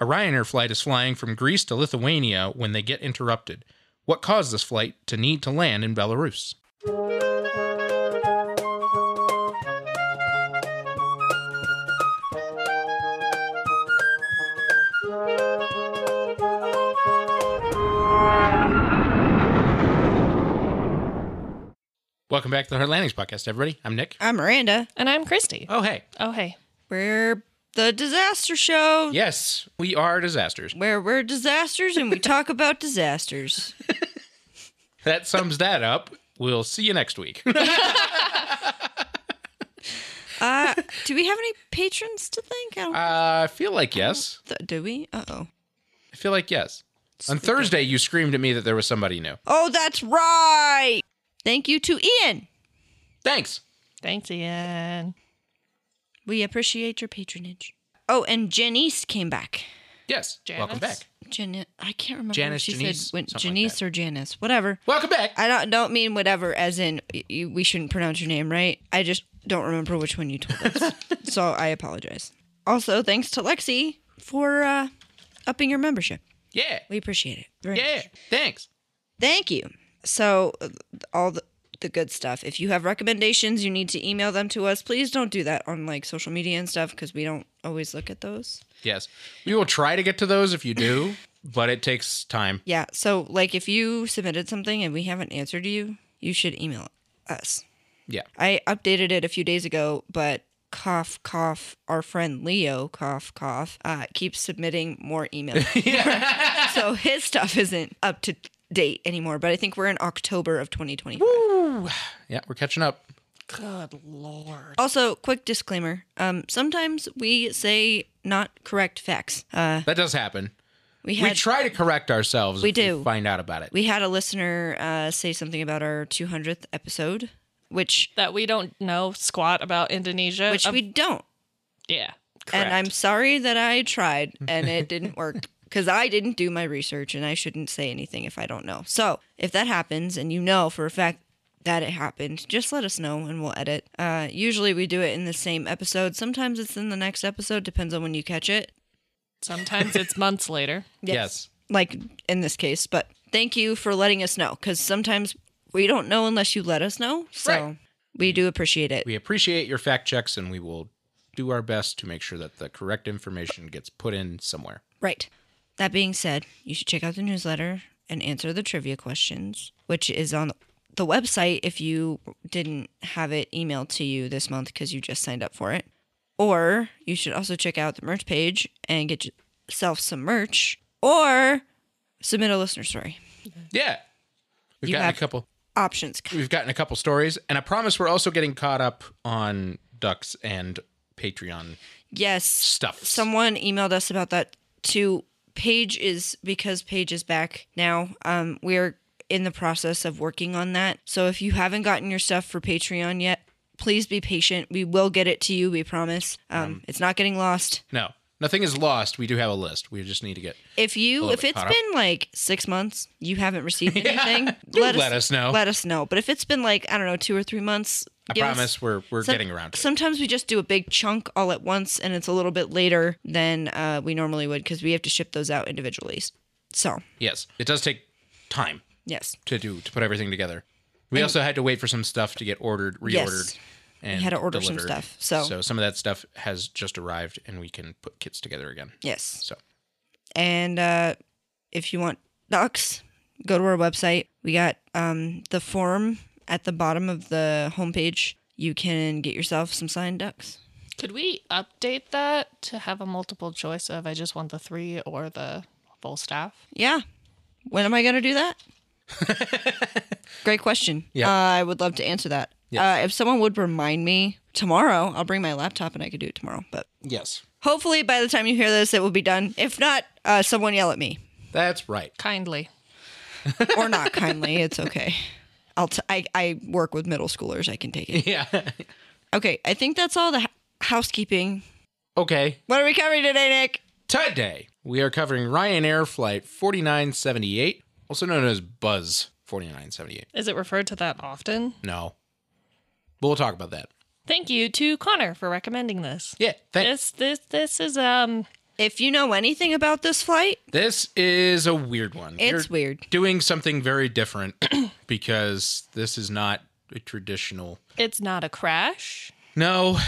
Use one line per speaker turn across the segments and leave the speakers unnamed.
A Ryanair flight is flying from Greece to Lithuania when they get interrupted. What caused this flight to need to land in Belarus? Welcome back to the Hard Landings Podcast, everybody. I'm Nick.
I'm Miranda.
And I'm Christy.
Oh, hey.
Oh, hey.
We're the disaster show
Yes, we are disasters.
where we're disasters and we talk about disasters.
That sums that up. We'll see you next week.
Uh, do we have any patrons to thank?
Uh,
I don't
I feel like yes.
th- do we? Uh oh.
I feel like yes. On Thursday, you screamed at me that there was somebody new.
Oh, that's right. Thank you to Ian.
Thanks.
Thanks, Ian.
We appreciate your patronage. Oh, and Janice came back.
Yes. Welcome back.
Janice?
Janice, I can't remember.
Janice,
if she
Janice,
said when,
something like
Janice or Janice, whatever.
Welcome back.
I don't don't mean whatever as in y- you, we shouldn't pronounce your name right. I just don't remember which one you told us, so I apologize. Also, thanks to Lexi for uh, upping your membership.
yeah.
We appreciate it. Very much.
Yeah. Thanks.
Thank you. So uh, all the the good stuff. If you have recommendations, you need to email them to us. Please don't do that on like social media and stuff because we don't always look at those.
Yes. We will try to get to those if you do, but it takes time.
Yeah. So like if you submitted something and we haven't answered you, you should email us.
Yeah.
I updated it a few days ago, but cough, cough, our friend Leo, cough, cough, uh, keeps submitting more emails. so his stuff isn't up to date anymore, but I think we're in October of 2020.
Yeah, we're catching up.
Good lord.
Also, quick disclaimer um, sometimes we say not correct facts. Uh,
That does happen.
we
We
had.
try to correct ourselves.
We
if we
do.
Find out about it.
we had a listener uh, say something about our 200th episode, which
That we don't know squat about Indonesia.
which
Um,
we don't.
yeah.
And I'm sorry that I tried and it didn't work because I didn't do my research and I shouldn't say anything if I don't know. So if that happens and you know for a fact that it happened, just let us know and we'll edit. Uh, usually we do it in the same episode. Sometimes it's in the next episode, depends on when you catch it.
Sometimes it's months later.
Yes.
Like in this case, but thank you for letting us know because sometimes we don't know unless you let us know. So
Right.
we do appreciate it.
We appreciate your fact checks and we will do our best to make sure that the correct information gets put in somewhere.
Right. That being said, you should check out the newsletter and answer the trivia questions, which is on the website if you didn't have it emailed to you this month because you just signed up for it. Or you should also check out the merch page and get yourself some merch or submit a listener story.
Yeah. We've
You
gotten
have-
a couple
Options.
we've gotten a couple stories and I promise we're also getting caught up on ducks and Patreon
Yes.
stuff.
Someone emailed us about that too. Paige is because Paige is back now. Um, we're in the process of working on that. So if you haven't gotten your stuff for Patreon yet, please be patient. We will get it to you. We promise. Um,
Mm-hmm.
it's not getting lost.
No. Nothing is lost. We do have a list. We just need to get
If you
little
if
bit
it's
caught up.
been like six months, you haven't received anything.
Do let us know.
Let us know. But if it's been like I don't know two or three months,
I
give us-
promise we're we're
Some-
getting around to it.
Sometimes we just do a big chunk all at once, and it's a little bit later than uh, we normally would because we have to ship those out individually. So,
Yes. It does take time
yes,
to do to put everything together. We also had to wait for some stuff to get ordered, reordered.
Yes.
And
had to order some
delivered.
stuff, so-
so some of that stuff has just arrived, and we can put kits together again.
yes.
So
And uh, if you want docs, go to our website. We got um, the form at the bottom of the homepage. You can get yourself some signed ducks.
Could we update that to have a multiple choice of I just want the three or the full staff?
Yeah. When am I going to do that? Great question.
Yeah.
Uh, I would love to answer that.
Yeah.
Uh, if someone would remind me tomorrow, I'll bring my laptop and I could do it tomorrow. But
yes,
hopefully by the time you hear this, it will be done. If not, uh, someone yell at me
that's right.
Kindly.
or not kindly. It's okay. I'll t- I, I work with middle schoolers. I can take it.
Yeah.
Okay. I think that's all the h- housekeeping.
okay.
What are we covering today, Nick?
Today we are covering Ryanair flight 4978, also known as Buzz 4978.
Is it referred to that often?
No, but we'll talk about that.
Thank you to Connor for recommending this.
Yeah. Thanks.
This this this is um
If you know anything about this flight,
This is a weird one.
it's
You're
weird.
Doing something very different because this is not a traditional.
It's not a crash.
No,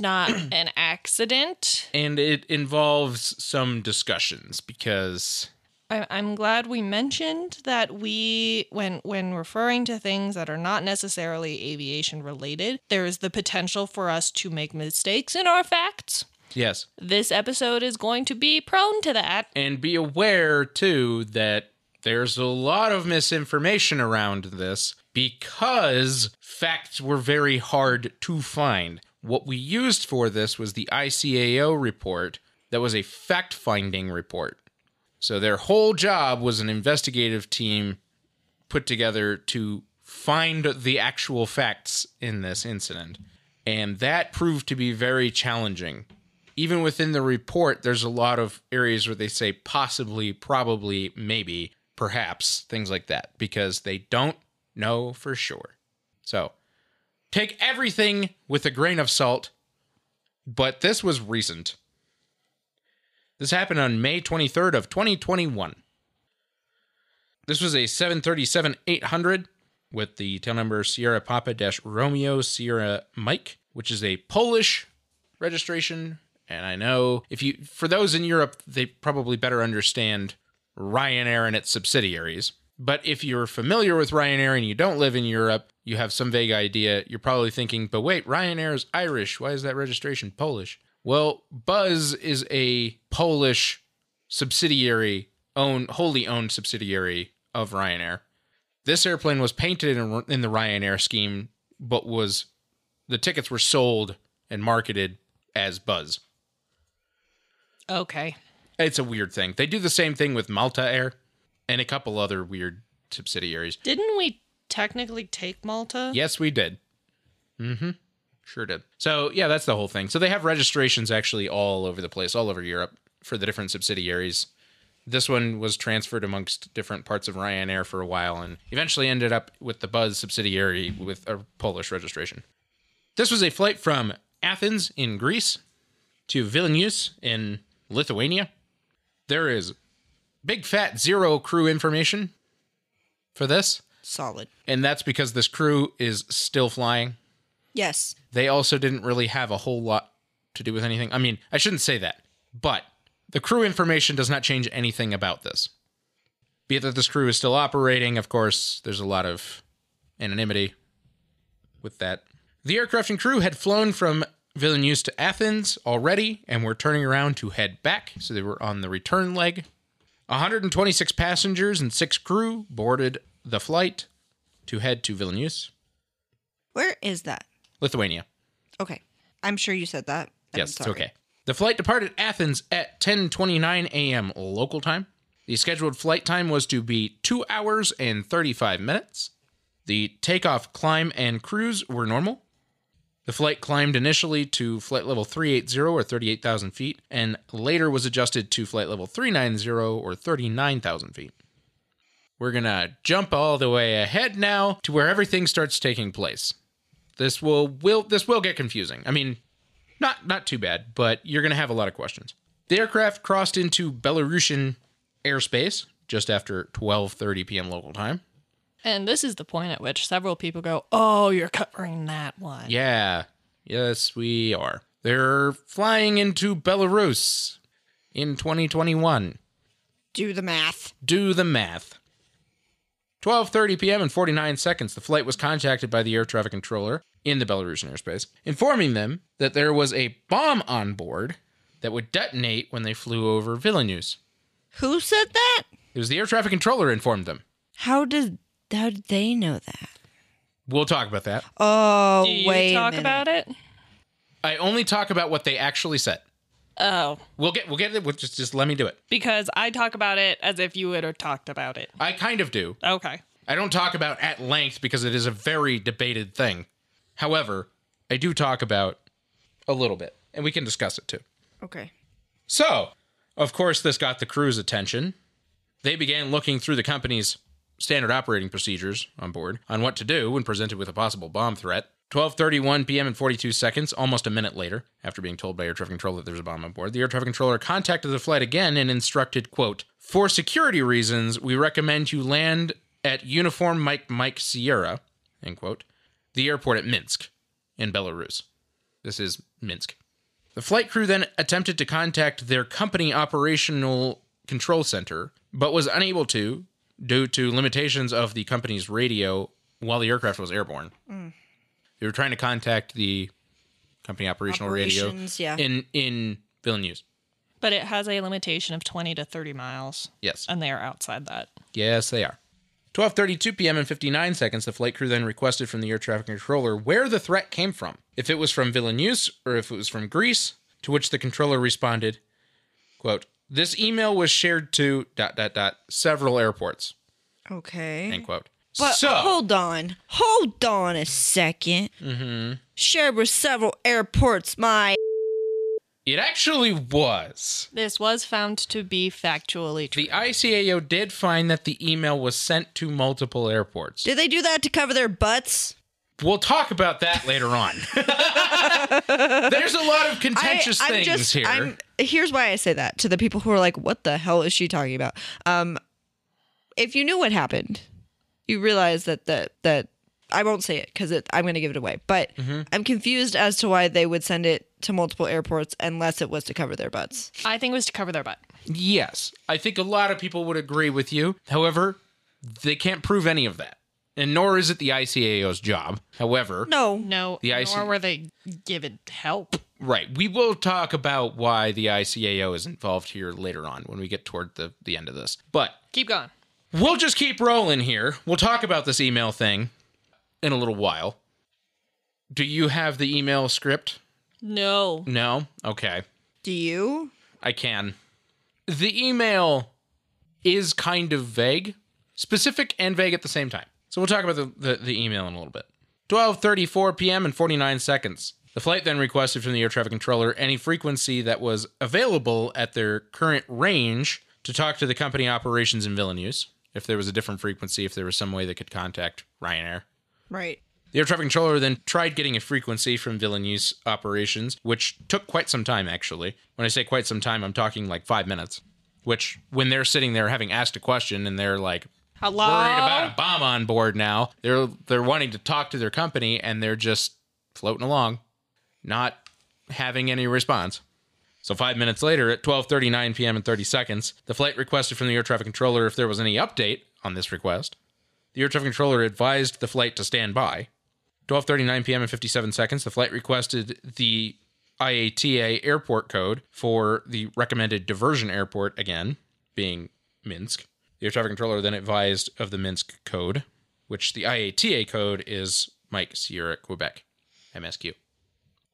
not an accident.
and it involves some discussions because
I, I'm glad we mentioned that we, when when referring to things that are not necessarily aviation related, there is the potential for us to make mistakes in our facts.
yes,
This episode is going to be prone to that.
and be aware too that there's a lot of misinformation around this because facts were very hard to find. What we used for this was the ICAO report that was a fact finding report. So their whole job was an investigative team put together to find the actual facts in this incident. And that proved to be very challenging even within the report, there's a lot of areas where they say possibly, probably, maybe, perhaps, things like that, because they don't know for sure. So take everything with a grain of salt, but this was recent. This happened on May 23rd of 2021. This was a 737-800 with the tail number Sierra Papa dash Romeo Sierra Mike, which is a Polish registration. And I know if you, for those in Europe, they probably better understand Ryanair and its subsidiaries. But if you're familiar with Ryanair and you don't live in Europe, you have some vague idea. You're probably thinking, but wait, Ryanair is Irish. Why is that registration Polish? Well, Buzz is a Polish subsidiary, own wholly owned subsidiary of Ryanair. This airplane was painted in, in the Ryanair scheme, but was the tickets were sold and marketed as Buzz.
Okay.
It's a weird thing. They do the same thing with Malta Air and a couple other weird subsidiaries.
Didn't we technically take Malta?
Yes, we did. Mm-hmm. Sure did. So yeah, that's the whole thing. So they have registrations actually all over the place, all over Europe for the different subsidiaries. This one was transferred amongst different parts of Ryanair for a while and eventually ended up with the Buzz subsidiary with a Polish registration. This was a flight from Athens in Greece to Vilnius in Lithuania. There is big fat zero crew information for this.
Solid.
And that's because this crew is still flying.
Yes.
They also didn't really have a whole lot to do with anything. I mean, I shouldn't say that, but the crew information does not change anything about this. Be it that this crew is still operating, of course, there's a lot of anonymity with that. The aircraft and crew had flown from Vilnius to Athens already and were turning around to head back, so they were on the return leg. 126 passengers and six crew boarded the flight to head to Vilnius.
Where is that?
Lithuania.
Okay. I'm sure you said that. I'm
yes, it's
sorry.
okay. The flight departed Athens at 10:29 a.m. local time. The scheduled flight time was to be 2 hours and 35 minutes. The takeoff, climb, and cruise were normal. The flight climbed initially to flight level 380 or 38,000 feet, and later was adjusted to flight level 390 or 39,000 feet. We're gonna jump all the way ahead now to where everything starts taking place. This will will this will get confusing. I mean, not not too bad, but you're going to have a lot of questions. The aircraft crossed into Belarusian airspace just after 12:30 p.m. local time.
And this is the point at which several people go, "Oh, you're covering that one."
Yeah. Yes, we are. They're flying into Belarus in 2021.
Do the math.
Do the math. 12:30 p.m. and 49 seconds, the flight was contacted by the air traffic controller in the Belarusian airspace, informing them that there was a bomb on board that would detonate when they flew over Vilnius.
Who said that?
It was the air traffic controller informed them.
How did how did they know that?
We'll talk about that.
Oh
Do you
wait.
talk about it?
I only talk about what they actually said.
Oh,
We'll get we'll get it. We'll just just let me do it.
because I talk about it as if you would have talked about it.
I kind of do.
Okay.
I don't talk about at length because it is a very debated thing. However, I do talk about a little bit, and we can discuss it too.
Okay.
So, of course, this got the crew's attention. They began looking through the company's standard operating procedures on board on what to do when presented with a possible bomb threat. 12:31 p.m. and 42 seconds, almost a minute later, after being told by air traffic control that there's a bomb on board, the air traffic controller contacted the flight again and instructed, "quote For security reasons, we recommend you land at Uniform Mike Mike Sierra," end quote, the airport at Minsk, in Belarus. This is Minsk. The flight crew then attempted to contact their company operational control center, but was unable to due to limitations of the company's radio while the aircraft was airborne. They were trying to contact the company operational
Operations,
radio
yeah.
in in Vilnius.
But it has a limitation of 20 to 30 miles,
Yes.
and they are outside that.
Yes, they are. 12:32 p.m. and 59 seconds, the flight crew then requested from the air traffic controller where the threat came from. If it was from Vilnius or if it was from Greece, to which the controller responded, quote, "This email was shared to dot dot dot several airports."
Okay.
End quote.
But
so,
hold on, hold on a 2nd Mm-hmm. Shared with several airports, my
it actually was.
This was found to be factually true.
The ICAO did find that the email was sent to multiple airports.
Did they do that to cover their butts?
We'll talk about that later on. There's a lot of contentious
I'm
things here.
I'm, here's why I say that to the people who are like, "What the hell is she talking about?" Um, if you knew what happened, you realize that that that I won't say it because it, I'm going to give it away. But
Mm-hmm.
I'm confused as to why they would send it to multiple airports unless it was to cover their butts.
I think it was to cover their butt.
Yes, I think a lot of people would agree with you. However, they can't prove any of that, and nor is it the ICAO's job. However,
No,
No,
The IC
nor were they given help.
right, we will talk about why the ICAO is involved here later on when we get toward the, the end of this. But
Keep going.
we'll just keep rolling here. We'll talk about this email thing in a little while. Do you have the email script?
No.
No? Okay.
do you?
I can. The email is kind of vague, specific and vague at the same time. So we'll talk about the, the, the email in a little bit. 12:34 p.m. and 49 seconds. The flight then requested from the air traffic controller any frequency that was available at their current range to talk to the company operations in Vilnius. If there was a different frequency, if there was some way they could contact Ryanair.
Right.
The air traffic controller then tried getting a frequency from Vilnius operations, which took quite some time, actually. When I say quite some time, I'm talking like five minutes. Which, when they're sitting there having asked a question and they're like
Hello?
worried about a bomb on board now, they're they're wanting to talk to their company and they're just floating along, not having any response. So five minutes later, at 12:39 p.m. and 30 seconds, the flight requested from the air traffic controller if there was any update on this request. The air traffic controller advised the flight to stand by. 12:39 p.m. and 57 seconds, the flight requested the IATA airport code for the recommended diversion airport again, being Minsk. The air traffic controller then advised of the Minsk code, which the IATA code is Mike Sierra Quebec, MSQ.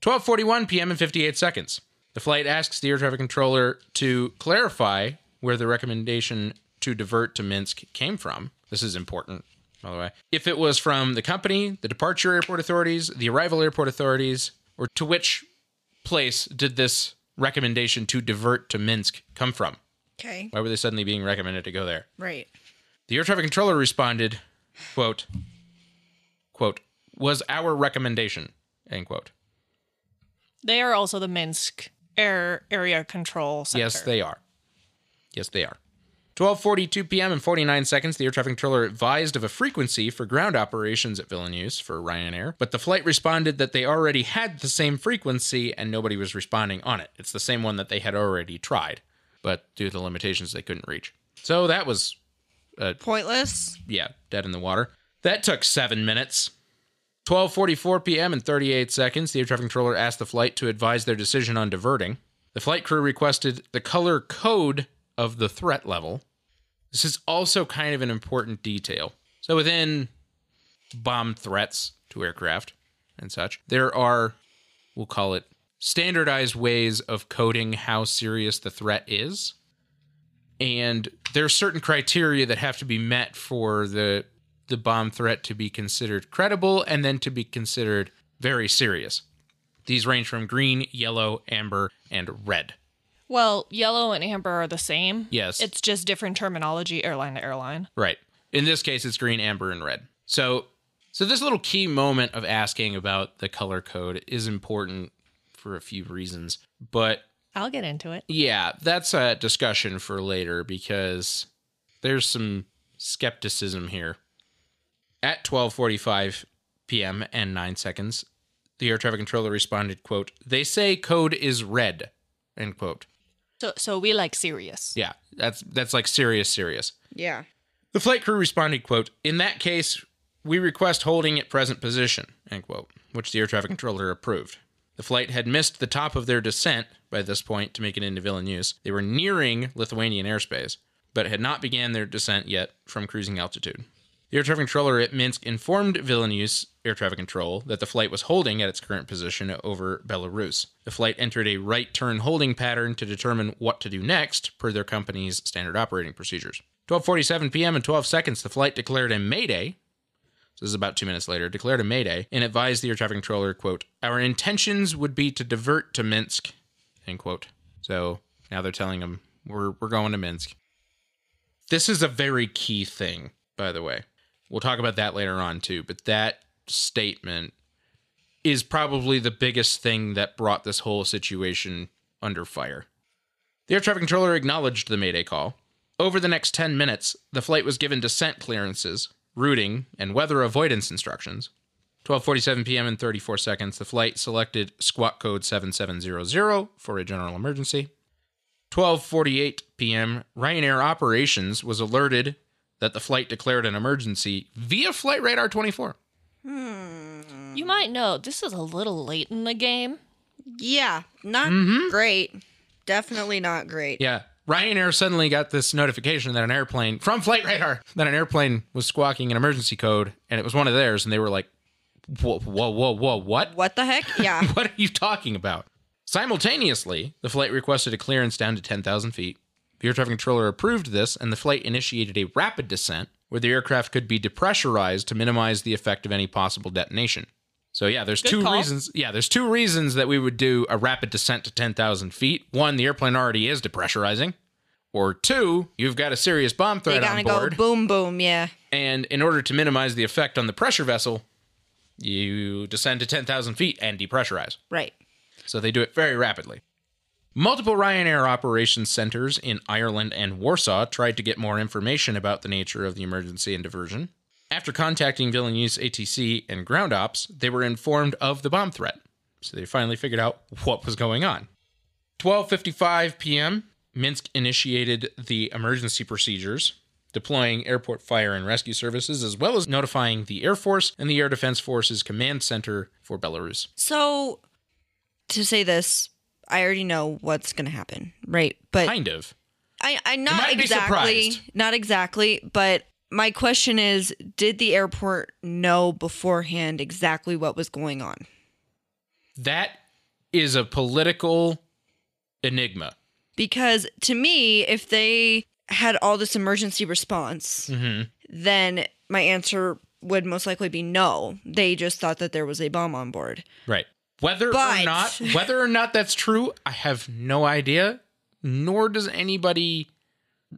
12:41 p.m. and 58 seconds. The flight asks the air traffic controller to clarify where the recommendation to divert to Minsk came from. This is important, by the way. If it was from the company, the departure airport authorities, the arrival airport authorities, or to which place did this recommendation to divert to Minsk come from?
Okay.
Why were they suddenly being recommended to go there?
Right.
The air traffic controller responded, quote, quote, was our recommendation, end quote.
They are also the Minsk Air Area Control Center.
Yes, they are. Yes, they are. 12:42 p.m. and 49 seconds, the air traffic controller advised of a frequency for ground operations at Vilnius for Ryanair, but the flight responded that they already had the same frequency and nobody was responding on it. It's the same one that they had already tried, but due to the limitations they couldn't reach. So that was
Pointless.
yeah, dead in the water. That took seven minutes. 12:44 p.m. and 38 seconds, the air traffic controller asked the flight to advise their decision on diverting. The flight crew requested the color code of the threat level. This is also kind of an important detail. So within bomb threats to aircraft and such, there are we'll call it standardized ways of coding how serious the threat is and there are certain criteria that have to be met for the the bomb threat to be considered credible and then to be considered very serious. These range from green, yellow, amber, and red.
Well, yellow and amber are the same.
Yes.
It's just different terminology airline to airline.
Right. In this case, it's green, amber, and red. So So, this little key moment of asking about the color code is important for a few reasons. But
I'll get into it.
yeah, that's a discussion for later because there's some skepticism here. At 12:45 p.m. and 9 seconds, the air traffic controller responded, quote, "They say code is red." End quote.
So, so we like serious.
Yeah, that's that's like serious serious.
Yeah.
The flight crew responded, quote, In that case, we request holding at present position, end quote, which the air traffic controller approved. The flight had missed the top of their descent by this point to make it into Vilnius. They were nearing Lithuanian airspace, but had not began their descent yet from cruising altitude. The air traffic controller at Minsk informed Vilnius air traffic control that the flight was holding at its current position over Belarus. The flight entered a right turn holding pattern to determine what to do next per their company's standard operating procedures. 12:47 p.m. and 12 seconds the flight declared a mayday. So this is about 2 minutes later, declared a mayday and advised the air traffic controller, quote, "Our intentions would be to divert to Minsk." End quote. So now they're telling him we're we're going to Minsk. This is a very key thing, by the way. We'll talk about that later on too, but that statement is probably the biggest thing that brought this whole situation under fire. The air traffic controller acknowledged the Mayday call. Over the next 10 minutes, the flight was given descent clearances, routing, and weather avoidance instructions. 12:47 p.m. and 34 seconds, the flight selected squat code 7700 for a general emergency. 12:48 p.m., Ryanair operations was alerted that the flight declared an emergency via flight radar 24. Mm.
You might know this is a little late in the game.
Yeah. Not great. Definitely not great.
Mm-hmm. Yeah. Ryanair suddenly got this notification that an airplane from flight radar that an airplane was squawking an emergency code and it was one of theirs and they were like whoa whoa whoa whoa what
What the heck? Yeah.
what are you talking about? Simultaneously, the flight requested a clearance down to 10,000 feet. The air traffic controller approved this, and the flight initiated a rapid descent where the aircraft could be depressurized to minimize the effect of any possible detonation. So yeah, there's two
call.
reasons. Yeah, there's two reasons that we would do a rapid descent to 10,000 feet. One, the airplane already is depressurizing, or two, you've got a serious bomb
they
threat
gotta
on
go
board.
boom boom, yeah.
And in order to minimize the effect on the pressure vessel, you descend to 10,000 feet and depressurize.
Right.
So they do it very rapidly. Multiple Ryanair operations centers in Ireland and Warsaw tried to get more information about the nature of the emergency and diversion. After contacting Vilnius ATC and ground ops, they were informed of the bomb threat. So they finally figured out what was going on. 12:55 p.m., Minsk initiated the emergency procedures, deploying airport fire and rescue services as well as notifying the Air Force and the Air Defense Forces command center for Belarus.
So to say this, I already know what's gonna happen, right? But
Kind of.
I, I
You
not
might be
exactly,
surprised.
not exactly, but my question is, did the airport know beforehand exactly what was going on?
that is a political enigma.
Because to me, if they had all this emergency response,
Mm-hmm.
then my answer would most likely be no. They just thought that there was a bomb on board.
Right. Whether
But-
or not whether or not that's true, I have no idea, nor does anybody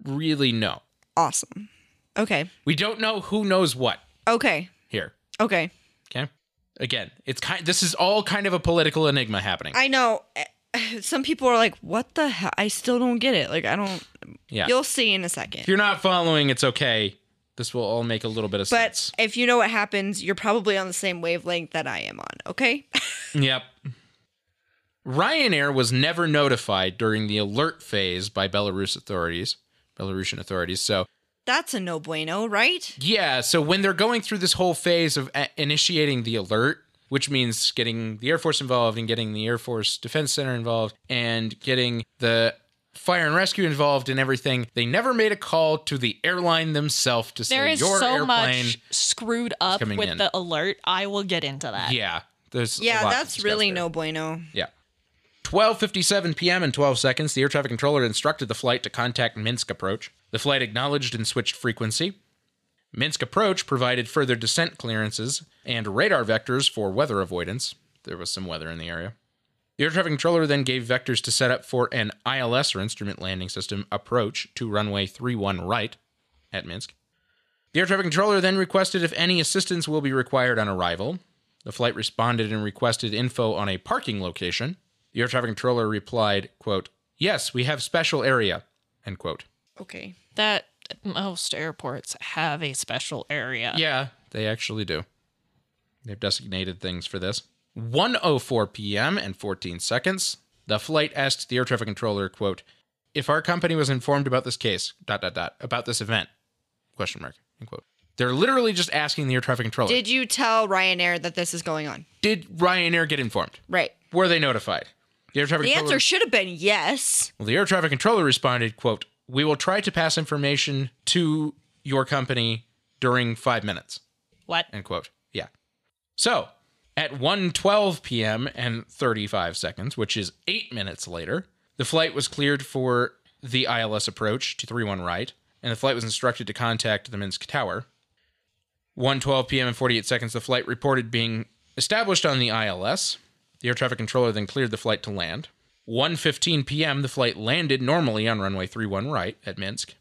really know.
Awesome. Okay.
We don't know who knows what
Okay.
here.
Okay.
Okay? Again, it's kind this is all kind of a political enigma happening.
I know eh, some people are like, what the hell? I still don't get it. Like, I don't.
Yeah.
You'll see in a second.
if you're not following, it's okay. This will all make a little bit of
But
sense.
if you know what happens, you're probably on the same wavelength that I am on, okay?
Yep. Ryanair was never notified during the alert phase by Belarus authorities, Belarusian authorities. So
That's a no bueno, right?
Yeah, so when they're going through this whole phase of a- initiating the alert, which means getting the Air Force involved and getting the Air Force Defense Center involved and getting the fire and rescue involved and everything, they never made a call to the airline themselves to say
There is
your
so
airplane.
much screwed up
coming
with
in.
the alert. I will get into that.
Yeah, there's a
Yeah,
lot to
that's
discuss
really
there.
no bueno.
Yeah. 12:57 p.m. in 12 seconds, the air traffic controller instructed the flight to contact Minsk approach. The flight acknowledged and switched frequency. Minsk approach provided further descent clearances and radar vectors for weather avoidance. There was some weather in the area. The air traffic controller then gave vectors to set up for an ILS or instrument landing system approach to runway 31 right at Minsk. The air traffic controller then requested if any assistance will be required on arrival. The flight responded and requested info on a parking location. The air traffic controller replied, quote, Yes, we have special area, end quote.
Okay.
That most airports have a special area.
Yeah, they actually do. They've designated things for this. 1:04 p.m. and 14 seconds. The flight asked the air traffic controller, "quote If our company was informed about this case, dot dot dot, about this event, question mark, end quote." They're literally just asking the air traffic controller, "Did,
Did you tell Ryanair that this is going on?
Ryanair get informed?
Right.
Were they notified?" The air traffic
The
controller,
answer should have been yes.
well, the air traffic controller responded, "quote We will try to pass information to your company during five minutes."
What?
End quote. Yeah. So at 1:12 p.m. and 35 seconds, which is eight minutes later, the flight was cleared for the ILS approach to 31 right, and the flight was instructed to contact the Minsk tower. 1:12 p.m. and 48 seconds, the flight reported being established on the ILS. The air traffic controller then cleared the flight to land. 1:15 p.m. the flight landed normally on runway 31 right at Minsk.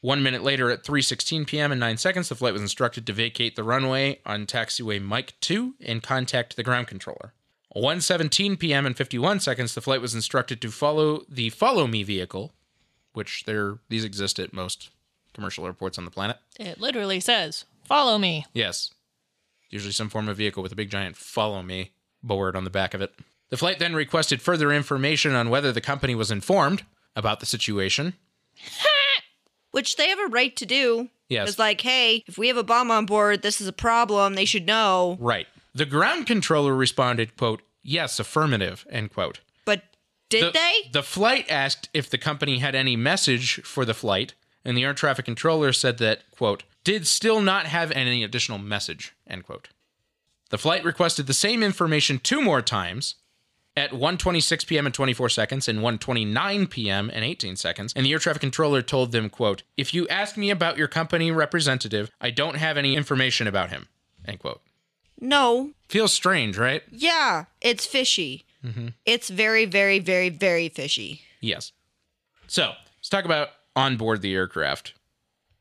One minute later, at 3:16 p.m. and 9 seconds, the flight was instructed to vacate the runway on taxiway Mike 2 and contact the ground controller. 1:17 p.m. and 51 seconds, the flight was instructed to follow the Follow Me vehicle, which there these exist at most commercial airports on the planet.
It literally says, "Follow me."
Yes. Usually some form of vehicle with a big giant follow me board on the back of it. The flight then requested further information on whether the company was informed about the situation.
Which they have a right to do.
Yes.
It's like, hey, if we have a bomb on board, this is a problem. They should know.
Right. The ground controller responded, quote, yes, affirmative, end quote.
But did
The-
they?
The flight asked if the company had any message for the flight, and the air traffic controller said that, quote, did still not have any additional message, end quote. The flight requested the same information two more times at 1:26 p.m. and 24 seconds and 1:29 p.m. and 18 seconds, and the air traffic controller told them, quote, "If you ask me about your company representative, I don't have any information about him." End quote.
No.
Feels strange, right?
Yeah. It's fishy. It's very, very, very, very fishy.
Yes. So let's talk about on board the aircraft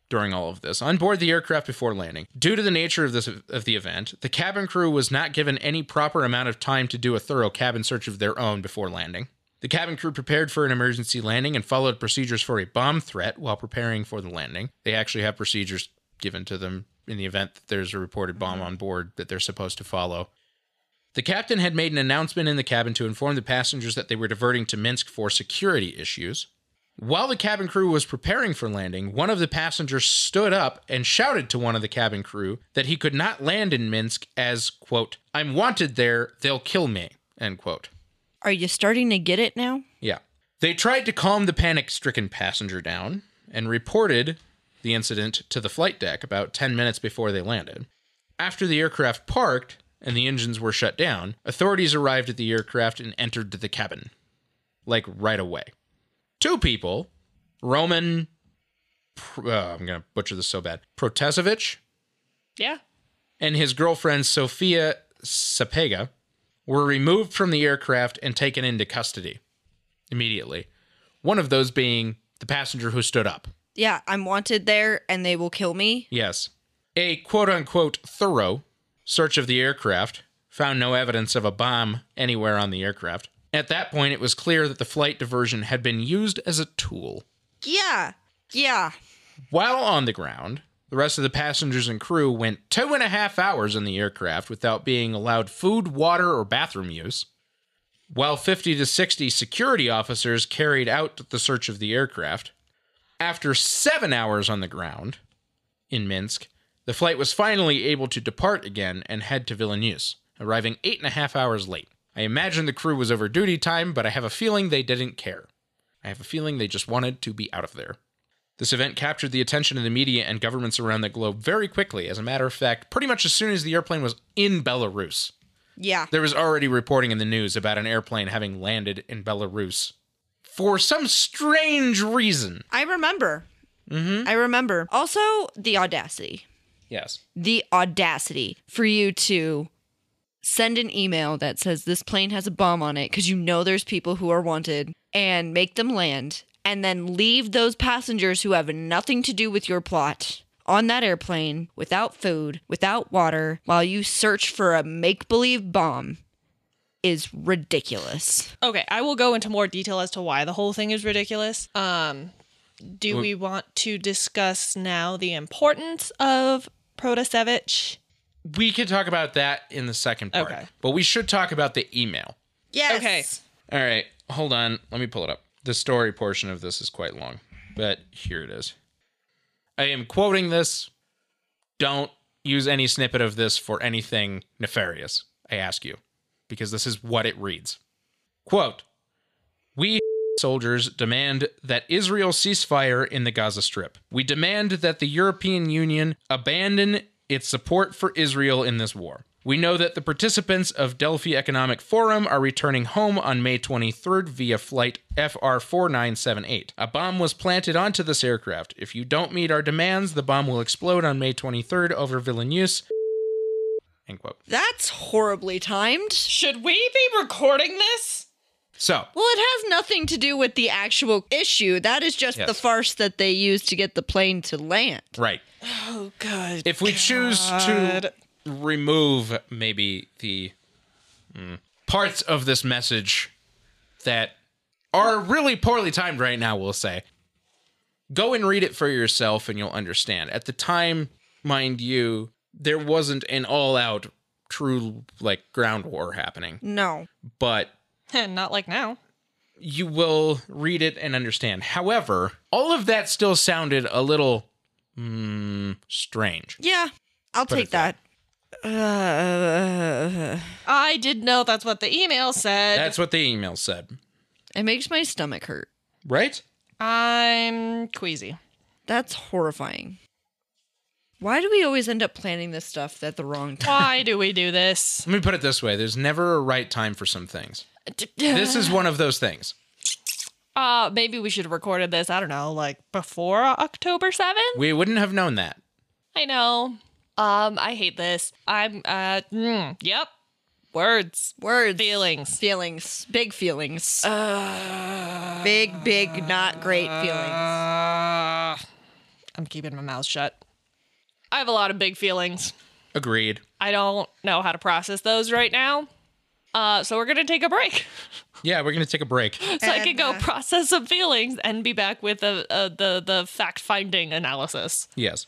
during all of this. On board the aircraft before landing, due to the nature of this of the event, the cabin crew was not given any proper amount of time to do a thorough cabin search of their own before landing. The cabin crew prepared for an emergency landing and followed procedures for a bomb threat while preparing for the landing. They actually have procedures given to them in the event that there's a reported bomb on board that they're supposed to follow. The captain had made an announcement in the cabin to inform the passengers that they were diverting to Minsk for security issues. While the cabin crew was preparing for landing, one of the passengers stood up and shouted to one of the cabin crew that he could not land in Minsk as, quote, I'm wanted there, they'll kill me, end quote.
Are you starting to get it now?
Yeah. They tried to calm the panic stricken passenger down and reported the incident to the flight deck about 10 minutes before they landed. After the aircraft parked and the engines were shut down, authorities arrived at the aircraft and entered the cabin. Like right away. Two people, Roman, Pr- uh, I'm going to butcher this so bad, Protasevich
Yeah.
and his girlfriend Sofia Sapega were removed from the aircraft and taken into custody immediately. One of those being the passenger who stood up.
Yeah, I'm wanted there and they will kill me.
Yes. A quote unquote thorough search of the aircraft found no evidence of a bomb anywhere on the aircraft. At that point, it was clear that the flight diversion had been used as a tool.
Yeah. Yeah.
While on the ground, the rest of the passengers and crew went two and a half hours in the aircraft without being allowed food, water, or bathroom use, while 50 to 60 security officers carried out the search of the aircraft. After seven hours on the ground in Minsk, the flight was finally able to depart again and head to Vilnius, arriving eight and a half hours late. I imagine the crew was over duty time, but I have a feeling they didn't care. I have a feeling they just wanted to be out of there. This event captured the attention of the media and governments around the globe very quickly. As a matter of fact, pretty much as soon as the airplane was in Belarus,
Yeah.
there was already reporting in the news about an airplane having landed in Belarus for some strange reason.
I remember. Mm-hmm. I remember. Also, the audacity.
Yes.
The audacity for you to send an email that says this plane has a bomb on it because you know there's people who are wanted and make them land and then leave those passengers who have nothing to do with your plot on that airplane without food, without water, while you search for a make believe bomb is ridiculous.
Okay, I will go into more detail as to why the whole thing is ridiculous. Um, do we want to discuss now the importance of Protasevich?
We could talk about that in the second part.
Okay.
But we should talk about the email.
Yes.
Okay.
All right, hold on. Let me pull it up. The story portion of this is quite long, but here it is. I am quoting this. Don't use any snippet of this for anything nefarious, I ask you, because this is what it reads. Quote We soldiers demand that Israel cease fire in the Gaza Strip. We demand that the European Union abandon its support for Israel in this war. We know that the participants of Delphi Economic Forum are returning home on May 23rd via flight FR 4978. A bomb was planted onto this aircraft. If you don't meet our demands, the bomb will explode on May 23rd over Vilnius. End quote.
That's horribly timed.
Should we be recording this?
So,
Well, it has nothing to do with the actual issue. That is just the
Yes.
farce that they used to get the plane to land.
right.
Oh, good.
if we choose
God.
to remove maybe the mm, parts of this message that are really poorly timed right now, we'll say, go and read it for yourself and you'll understand. At the time, mind you, there wasn't an all out true like ground war happening,
No.
but
Not like now.
you will read it and understand. However, all of that still sounded a little mm, strange.
Yeah, I'll
Put
take
it there.
that. Uh,
I did know that's what the email said.
That's what the email said,
it makes my stomach hurt.
right?
I'm queasy.
That's horrifying. Why do we always end up planning this stuff at the wrong time?
Why do we do this?
Let me put it this way there's never a right time for some things. This is one of those things.
Uh, maybe we should have recorded this, I don't know, like before October 7th?
We wouldn't have known that.
I know. Um, I hate this. I'm, uh, mm, yep. Words.
Words.
Feelings.
Feelings. Big feelings. big, big, not great feelings.
Uh, I'm keeping my mouth shut. I have a lot of big feelings.
Agreed.
I don't know how to process those right now. Uh, so we're going to take a break
Yeah, we're going to take a break.
so I can go process some feelings and be back with a, a, the, the fact finding analysis.
Yes.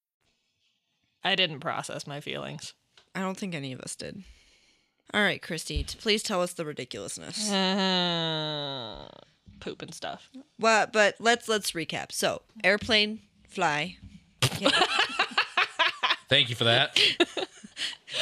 I didn't process my feelings.
I don't think any of us did. All right, Christy, t- please tell us the ridiculousness.
Mm-hmm. Uh, poop and stuff.
Well, but let's let's recap. So, airplane, fly,
Thank you for that.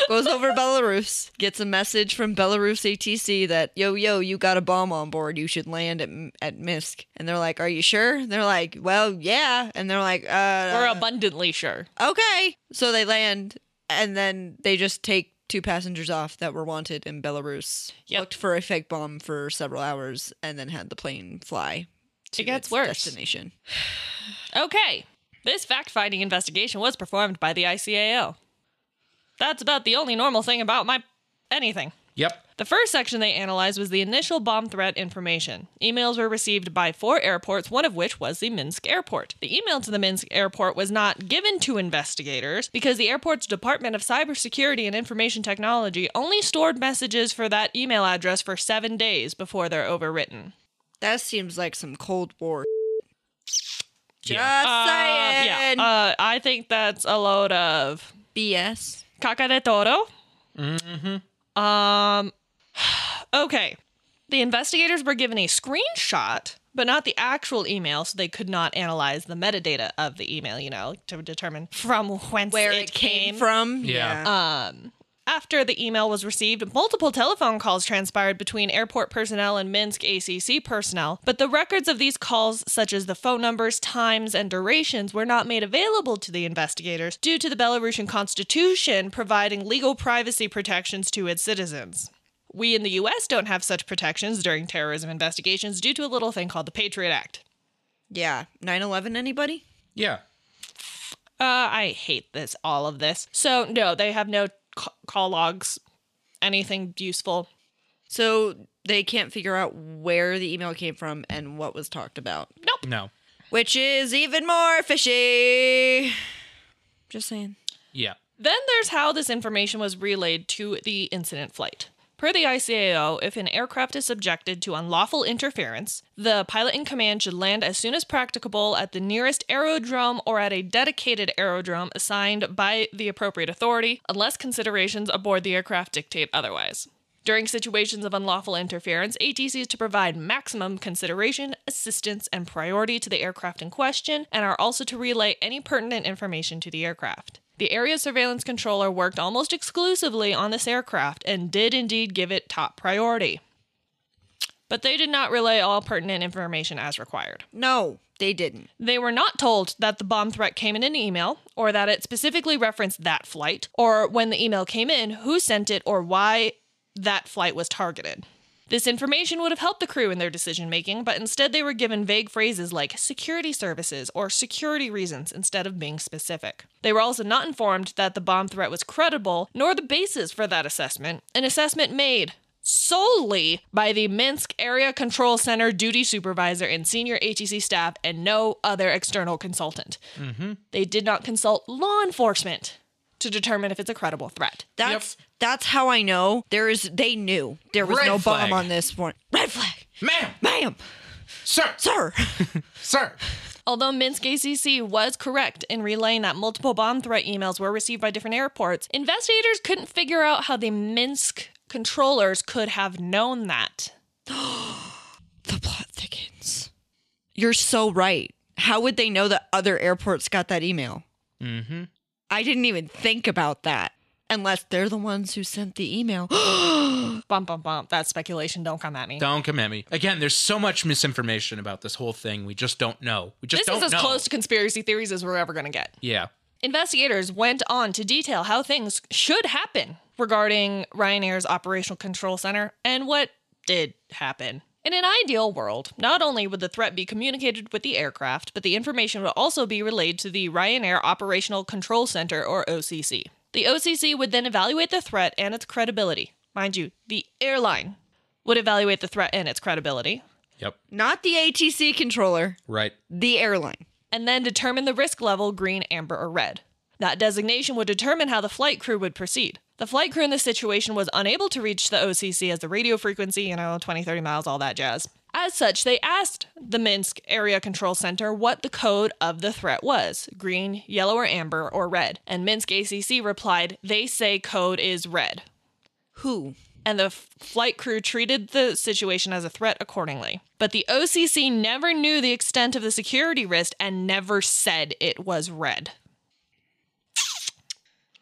goes over Belarus, gets a message from Belarus ATC that yo yo, you got a bomb on board. You should land at at Minsk. And they're like, "Are you sure?" And they're like, "Well, yeah." And they're like,
We're
"Uh,
abundantly sure.
okay." So they land, and then they just take two passengers off that were wanted in Belarus.
Yep.
Looked for a fake bomb for several hours, and then had the plane fly. To
It gets
its
worse.
Destination.
Okay. This fact finding investigation was performed by the ICAO. That's about the only normal thing about my anything.
Yep.
The first section they analyzed was the initial bomb threat information. Emails were received by four airports, one of which was the Minsk airport. The email to the Minsk airport was not given to investigators because the airport's Department of Cybersecurity and Information Technology only stored messages for that email address for seven days before they're overwritten.
That seems like some Cold War. Just
Uh, yeah,
saying.
uh, I think that's a load of
BS.
caca de toro. Mm-hmm. Um, okay. The investigators were given a screenshot, but not the actual email, so they could not analyze the metadata of the email, you know, to determine from whence
Where
it,
it, came, from. Uh,
Yeah. Uh,
Um, After the email was received, multiple telephone calls transpired between airport personnel and Minsk ACC personnel, but the records of these calls, such as the phone numbers, times, and durations, were not made available to the investigators due to the Belarusian constitution providing legal privacy protections to its citizens. We in the US don't have such protections during terrorism investigations due to a little thing called the Patriot Act.
Yeah. 9 11, anybody?
Yeah.
Uh, I hate this, all of this. So, no, they have no ca- call logs, anything useful.
So they can't figure out where the email came from and what was talked about,
No.
which is even more fishy. Just saying.
Yeah.
Then there's how this information was relayed to the incident flight. Per the ICAO, if an aircraft is subjected to unlawful interference, the pilot in command should land as soon as practicable at the nearest aerodrome or at a dedicated aerodrome assigned by the appropriate authority, unless considerations aboard the aircraft dictate otherwise. During situations of unlawful interference, ATC is to provide maximum consideration, assistance, and priority to the aircraft in question, and are also to relay any pertinent information to the aircraft. The area surveillance controller worked almost exclusively on this aircraft and did indeed give it top priority. But they did not relay all pertinent information as required.
No, they didn't.
They were not told that the bomb threat came in an email, or that it specifically referenced that flight, or when the email came in, who sent it, or why that flight was targeted. This information would have helped the crew in their decision making, but instead they were given vague phrases like security services or security reasons instead of being specific. They were also not informed that the bomb threat was credible, nor the basis for that assessment, an assessment made solely by the Minsk Area Control Center duty supervisor and senior ATC staff and no other external consultant. They did not consult law enforcement to determine if it's a credible threat.
That's that's how I know there is. They knew there was
Red
no
flag.
bomb on this one. Red flag,
Ma'am,
ma'am,
sir,
sir.
sir.
Although Minsk ACC was correct in relaying that multiple bomb threat emails were received by different airports, investigators couldn't figure out how the Minsk controllers could have known that.
the plot thickens. You're so right. How would they know that other airports got that email? Mm-hmm. I didn't even think about that. Unless they're the ones who sent the email.
Bump, bump, bump. That's speculation. Don't come at me.
Don't come at me. Again, there's so much misinformation about this whole thing. We just don't know. We just
This
don't
is as
know.
close to conspiracy theories as we're ever going to get.
yeah.
Investigators went on to detail how things should happen regarding Ryanair's operational control center and what did happen. In an ideal world, not only would the threat be communicated with the aircraft, but the information would also be relayed to the Ryanair Operational Control Center or OCC. The OCC would then evaluate the threat and its credibility. Mind you, the airline would evaluate the threat and its credibility,
Yep.
Not the ATC controller,
Right.
the airline.
and then determine the risk level green, amber, or red. That designation would determine how the flight crew would proceed. The flight crew in this situation was unable to reach the OCC as the radio frequency, you know, 20, 30 miles, all that jazz. As such, they asked the Minsk Area Control Center what the code of the threat was green, yellow, or amber, or red. And Minsk ACC replied, they say code is red
Who?
and the f- flight crew treated the situation as a threat accordingly. But the OCC never knew the extent of the security risk and never said it was red.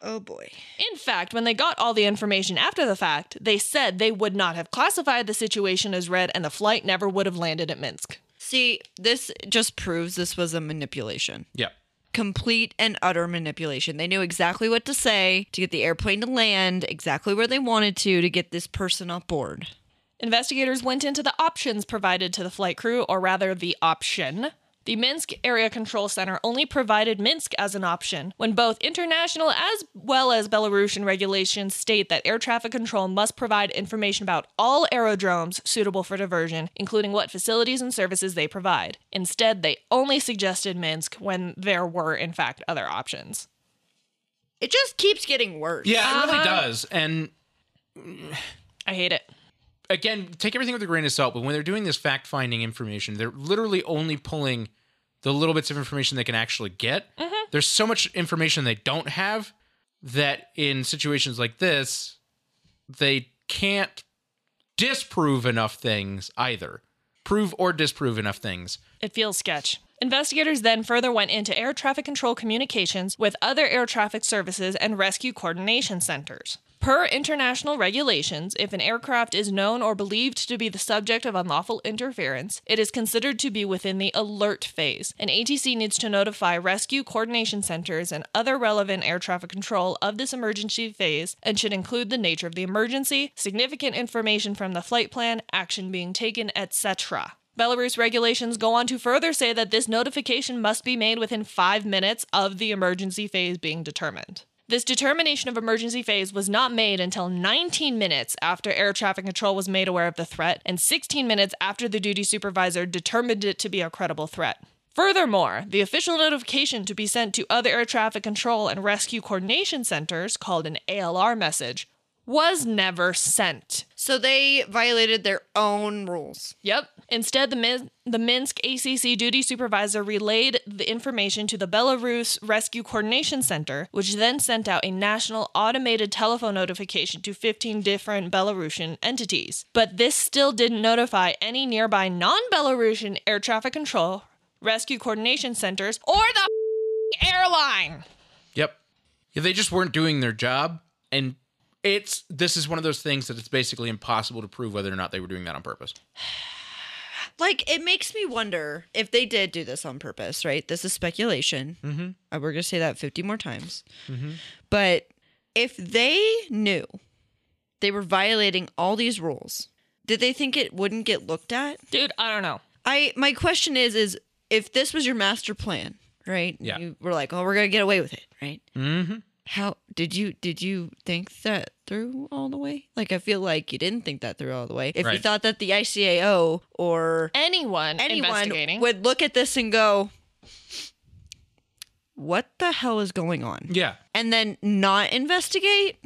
Oh boy.
In fact, when they got all the information after the fact, they said they would not have classified the situation as red and the flight never would have landed at Minsk.
See, this just proves this was a manipulation.
Yep.
Complete and utter manipulation. They knew exactly what to say to get the airplane to land, exactly where they wanted to to get this person on board.
Investigators went into the options provided to the flight crew, or rather, the option. The Minsk Area Control Center only provided Minsk as an option when both international as well as Belarusian regulations state that air traffic control must provide information about all aerodromes suitable for diversion, including what facilities and services they provide. Instead, they only suggested Minsk when there were, in fact, other options.
It just keeps getting worse.
Yeah, it
Uh-huh.
really does. And
I hate it.
again, take everything with a grain of salt, but when they're doing this fact finding information, they're literally only pulling the little bits of information they can actually get. There's so much information they don't have that in situations like this, they can't disprove enough things either. Prove or disprove enough things.
It feels sketch. Investigators then further went into air traffic control communications with other air traffic services and rescue coordination centers. Per international regulations, if an aircraft is known or believed to be the subject of unlawful interference, it is considered to be within the alert phase. An ATC needs to notify rescue coordination centers and other relevant air traffic control of this emergency phase and should include the nature of the emergency, significant information from the flight plan, action being taken, etc. Belarus regulations go on to further say that this notification must be made within five minutes of the emergency phase being determined. This determination of emergency phase was not made until 19 minutes after air traffic control was made aware of the threat and 16 minutes after the duty supervisor determined it to be a credible threat. Furthermore, the official notification to be sent to other air traffic control and rescue coordination centers, called an ALR message, was never sent.
So they violated their own rules.
Yep. Instead, the, Min- the Minsk ACC duty supervisor relayed the information to the Belarus Rescue Coordination Center, which then sent out a national automated telephone notification to 15 different Belarusian entities. But this still didn't notify any nearby non Belarusian air traffic control, rescue coordination centers, or the airline.
Yep. Yeah, they just weren't doing their job and it's this is one of those things that it's basically impossible to prove whether or not they were doing that on purpose.
Like it makes me wonder if they did do this on purpose, right? This is speculation. Mm-hmm. We're gonna say that fifty more times. But if they knew they were violating all these rules, did they think it wouldn't get looked at?
Dude, I don't know.
I my question is is if this was your master plan, right?
Yeah.
You were like, oh, we're gonna get away with it, right? Mm-hmm. How did you did you think that through all the way? Like I feel like you didn't think that through all the way. If you
Right.
thought that the ICAO or
Anyone,
anyone
investigating
would look at this and go, what the hell is going on?
Yeah.
And then not investigate?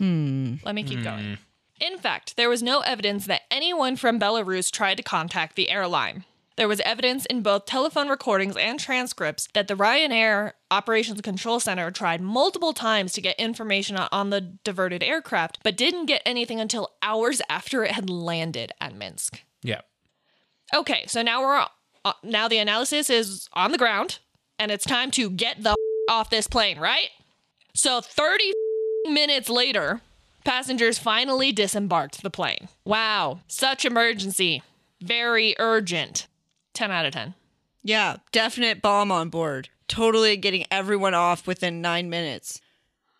Let me keep going. In fact, there was no evidence that anyone from Belarus tried to contact the airline. There was evidence in both telephone recordings and transcripts that the Ryanair Operations Control Center tried multiple times to get information on- on the diverted aircraft, but didn't get anything until hours after it had landed at Minsk.
Yeah.
Okay, so now we're uh, now the analysis is on the ground, and it's time to get the off this plane, right? So thirty minutes later, passengers finally disembarked the plane. Wow, such emergency, very urgent. Ten out of ten.
Yeah, definite bomb on board. Totally getting everyone off within nine minutes.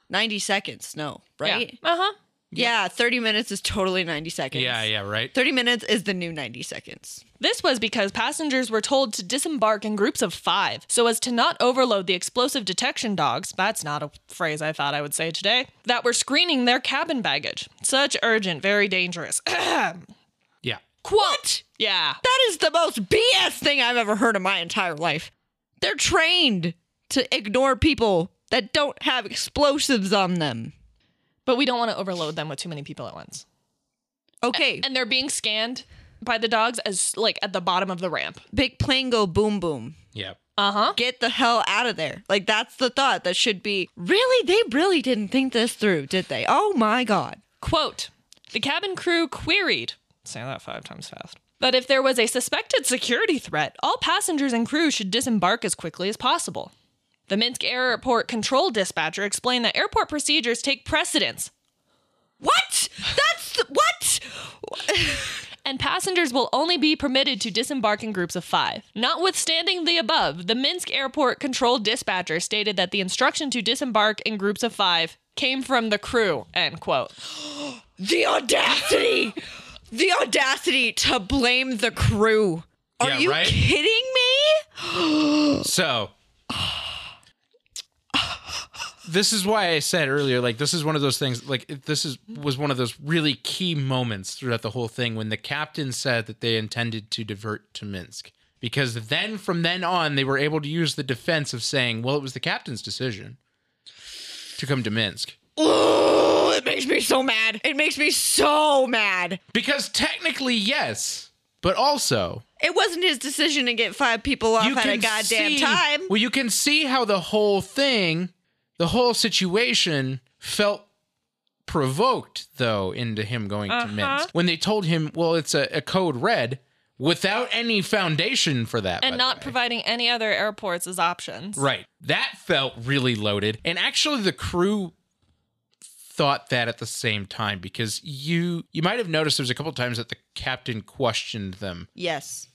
90 seconds, no, right?
Uh huh.
Yeah, 30 minutes is totally 90 seconds.
Yeah, yeah, right.
30 minutes is the new 90 seconds.
This was because passengers were told to disembark in groups of five so as to not overload the explosive detection dogs that's not a phrase I thought I would say today that were screening their cabin baggage. Such urgent, very dangerous.
Yeah.
Quote!
yeah.
That is the most BS thing I've ever heard in my entire life. They're trained to ignore people that don't have explosives on them.
But we don't want to overload them with too many people at once.
Okay,
And they're being scanned by the dogs as like at the bottom of the ramp.
big plane go boom boom.
Yeah.
Uh huh.
Get the hell out of there. Like that's the thought that should be. Really, they really didn't think this through, did they? Oh my god.
Quote The cabin crew queried, say that five times fast, that if there was a suspected security threat, all passengers and crew should disembark as quickly as possible. The Minsk airport control dispatcher explained that airport procedures take precedence
What? That's the- what?
and passengers will only be permitted to disembark in groups of five. Notwithstanding the above, the Minsk airport control dispatcher stated that the instruction to disembark in groups of five came from the crew, end quote.
The audacity! the audacity to blame the crew. Are
Yeah,
you
right?
kidding me?
So this is why I said earlier, like this is one of those things. Like it- this is was one of those really key moments throughout the whole thing when the captain said that they intended to divert to Minsk because then from then on they were able to use the defense of saying, well, it was the captain's decision to come to Minsk
Oh, it makes me so mad. It makes me so mad.
because technically yes, but also
It wasn't his decision to get five people off at a goddamn
see-
time.
Well, you can see how the whole thing, the whole situation felt provoked though into him going
Uh-huh.
to Minsk when they told him, well, it's a, a code red without any foundation for that by
And
the
not
way.
providing any other airports as options.
Right. That felt really loaded. And actually, the crew thought that at the same time because you you might have noticed there's a couple times that the captain questioned them,
Yes.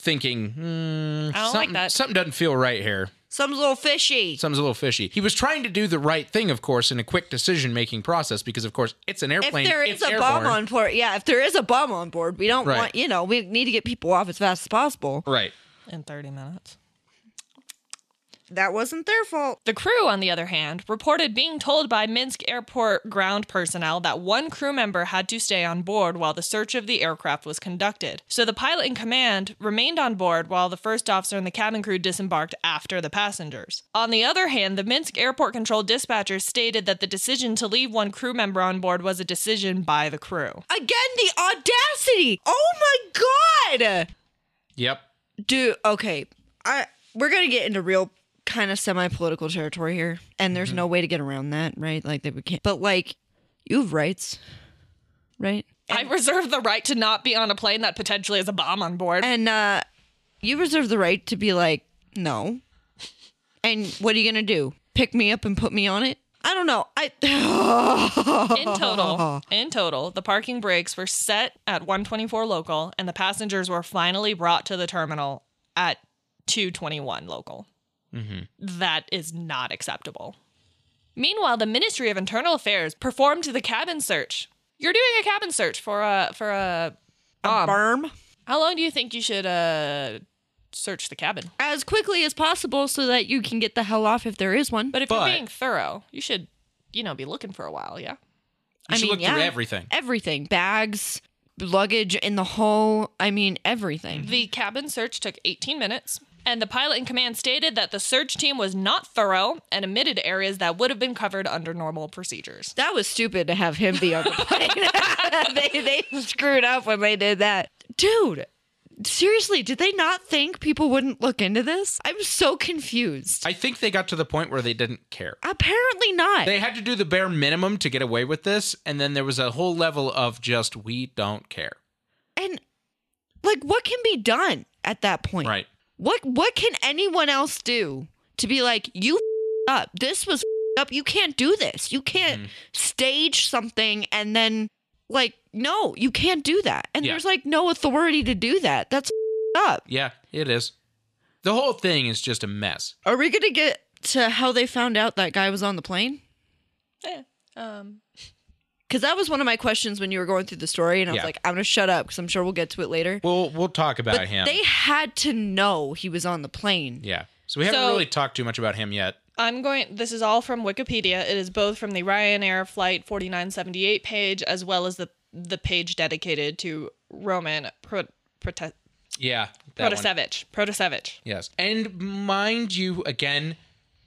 thinking, hmm,
I don't like
something,
that."
something doesn't feel right here.
Some's a little fishy.
Something's a little fishy. He was trying to do the right thing, of course, in a quick decision making process because, of course, it's an
if
airplane.
there is
it's
a
airborne.
bomb on board, yeah, if there is a bomb on board, we don't
Right.
want, you know, we need to get people off as fast as possible.
Right.
in 30 minutes.
That wasn't their fault.
The crew, on the other hand, reported being told by Minsk airport ground personnel that one crew member had to stay on board while the search of the aircraft was conducted. So the pilot in command remained on board while the first officer and the cabin crew disembarked after the passengers. On the other hand, the Minsk airport control dispatcher stated that the decision to leave one crew member on board was a decision by the crew.
Again, the audacity. Oh my God.
Yep.
Dude, okay. I we're gonna get into real kind of semi-political territory here, and there's no way to get around that, right? Like that we can't. But like, you have rights, right?
I reserve the right to not be on a plane that potentially has a bomb on board.
And uh, you reserve the right to be like, no. And what are you gonna do? Pick me up and put me on it? I don't know. I
In total, in total, the parking brakes were set at 124 local, and the passengers were finally brought to the terminal at 221 local. That is not acceptable. Meanwhile, the Ministry of Internal Affairs performed the cabin search. You're doing a cabin search for a for a.
A berm
How long do you think you should uh search the cabin?
as quickly as possible so that you can get the hell off if there is one.
But if
But-
you're being thorough, you should you know be looking for a while. Yeah.
You should look through everything.
Everything. Bags, luggage in the hull. I mean,
Mm-hmm.
everything.
The cabin search took 18 minutes, and the pilot in command stated that the search team was not thorough and omitted areas that would have been covered under normal procedures.
That was stupid to have him be on the plane. they, they screwed up when they did that. Dude, seriously, did they not think people wouldn't look into this? I'm so confused.
I think they got to the point where they didn't care.
Apparently not.
They had to do the bare minimum to get away with this, and then there was a whole level of just we don't care.
and like what can be done at that point?
Right.
What what can anyone else do to be like you f- up? This was f- up. You can't do this. You can't
Mm-hmm.
stage something and then like no, you can't do that. And
Yeah.
there's like no authority to do that. That's f- up.
Yeah, it is. The whole thing is just a mess.
Are we gonna get to how they found out that guy was on the plane?
Eh, um,
Because that was one of my questions when you were going through the story, and I was
Yeah.
like, I'm gonna shut up because I'm sure we'll get to it later.
We'll we'll talk about
but
him.
they had to know he was on the plane.
yeah. So we haven't
So-
really talked too much about him yet.
I'm going, this is all from Wikipedia. It is both from the Ryanair Flight 4978 page as well as the, the page dedicated to Roman Pro, Prote,
Yeah. that one.
Protasevich. Protasevich.
Yes. And mind you, again,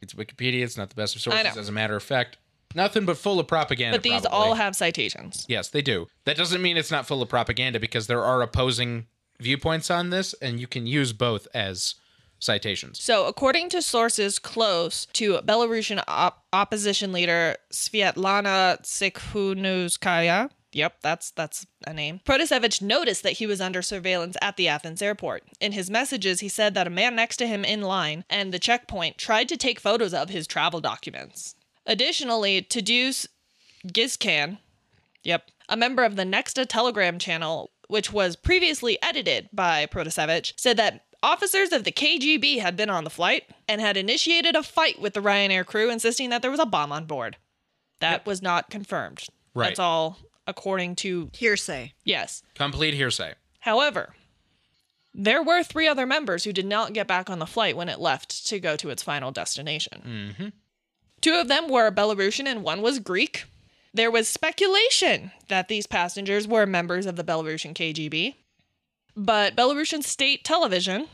it's Wikipedia. It's not the best of sources,
know.
as a matter of fact. Nothing but full of propaganda.
But these
probably.
all have citations.
Yes, they do. That doesn't mean it's not full of propaganda because there are opposing viewpoints on this, and you can use both as citations.
So, according to sources close to Belarusian op- opposition leader Svetlana Tsikhanouskaya, yep, that's that's a name. Protasevich noticed that he was under surveillance at the Athens airport. In his messages, he said that a man next to him in line and the checkpoint tried to take photos of his travel documents. Additionally, Tadeusz Gizkan, Yep. A member of the Nexta Telegram channel, which was previously edited by Protasevich, said that officers of the KGB had been on the flight and had initiated a fight with the Ryanair crew, insisting that there was a bomb on board. That was not confirmed.
Right.
That's all according to
Hearsay.
yes.
Complete hearsay.
However, there were three other members who did not get back on the flight when it left to go to its final destination. Two of them were Belarusian and one was Greek. There was speculation that these passengers were members of the Belarusian KGB, but Belarusian state television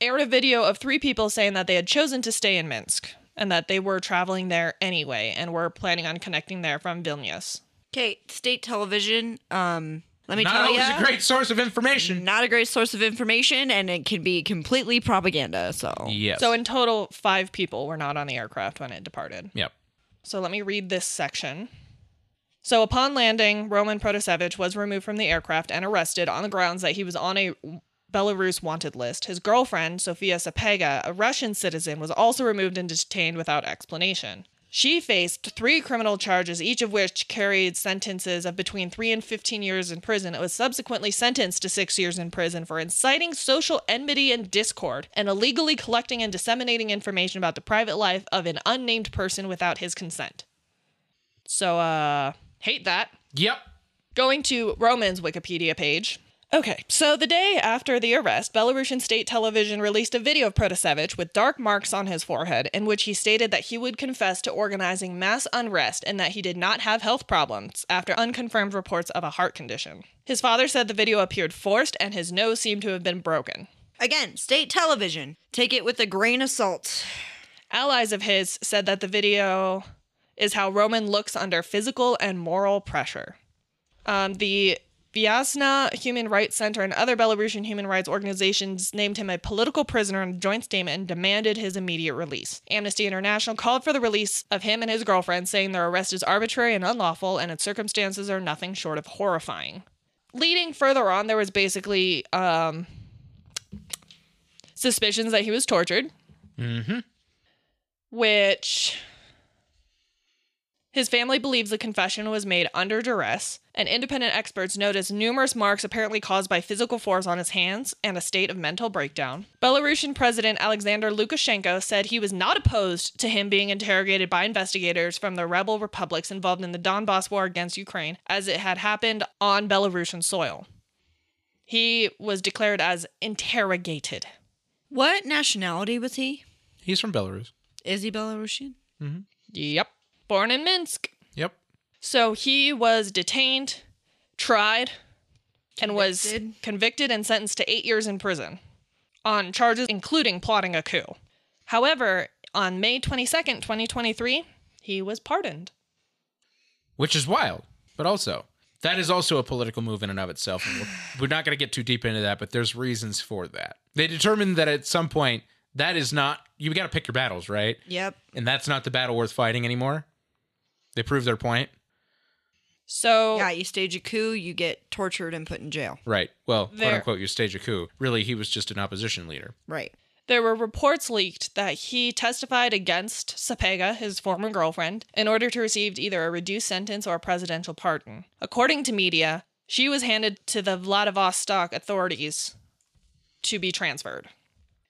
aired a video of three people saying that they had chosen to stay in Minsk and that they were traveling there anyway and were planning on connecting there from Vilnius.
Okay, state television. Um, let me
Not
tell you,
always a great source of information.
not a great source of information, and it can be completely propaganda. So
Yes.
So, in total, five people were not on the aircraft when it departed.
yep.
So let me read this section. So upon landing, Roman Protasevich was removed from the aircraft and arrested on the grounds that he was on a Belarus wanted list. His girlfriend, Sofia Sapega, a Russian citizen, was also removed and detained without explanation. She faced three criminal charges, each of which carried sentences of between three and 15 years in prison. It was subsequently sentenced to six years in prison for inciting social enmity and discord and illegally collecting and disseminating information about the private life of an unnamed person without his consent. So, uh, hate that.
Yep.
Going to Roman's Wikipedia page. Okay, so the day after the arrest, Belarusian state television released a video of Protasevich with dark marks on his forehead, in which he stated that he would confess to organizing mass unrest and that he did not have health problems after unconfirmed reports of a heart condition. His father said the video appeared forced and his nose seemed to have been broken.
Again, state television. Take it with a grain of salt.
Allies of his said that the video is how Roman looks under physical and moral pressure. Um, the Vyazna Human Rights Center and other Belarusian human rights organizations named him a political prisoner in a joint statement and demanded his immediate release. Amnesty International called for the release of him and his girlfriend, saying their arrest is arbitrary and unlawful, and its circumstances are nothing short of horrifying. Leading further on, there was basically um, suspicions that he was tortured,
Mm-hmm.
which his family believes the confession was made under duress, and independent experts noticed numerous marks apparently caused by physical force on his hands and a state of mental breakdown. Belarusian President Alexander Lukashenko said he was not opposed to him being interrogated by investigators from the rebel republics involved in the Donbass war against Ukraine, as it had happened on Belarusian soil. He was declared as interrogated.
What nationality was he?
He's from Belarus.
Is he Belarusian?
Yep. Born in Minsk.
Yep.
So he was detained, tried, and was
Convicted.
convicted and sentenced to eight years in prison on charges including plotting a coup. However, on May 22nd, 2023, he was pardoned.
Which is wild, but also that is also a political move in and of itself. And we're- We're not going to get too deep into that, but there's reasons for that. They determined that at some point that is not you got to pick your battles, right?
Yep.
And that's not the battle worth fighting anymore. They proved their point, Oh.
So,
Yeah, you stage a coup, you get tortured and put in jail.
right? Well, quote
There-
unquote, you stage a coup. Really, he was just an opposition leader.
Right.
There were reports leaked that he testified against Sapega, his former girlfriend, in order to receive either a reduced sentence or a presidential pardon. According to media, she was handed to the Vladivostok authorities to be transferred.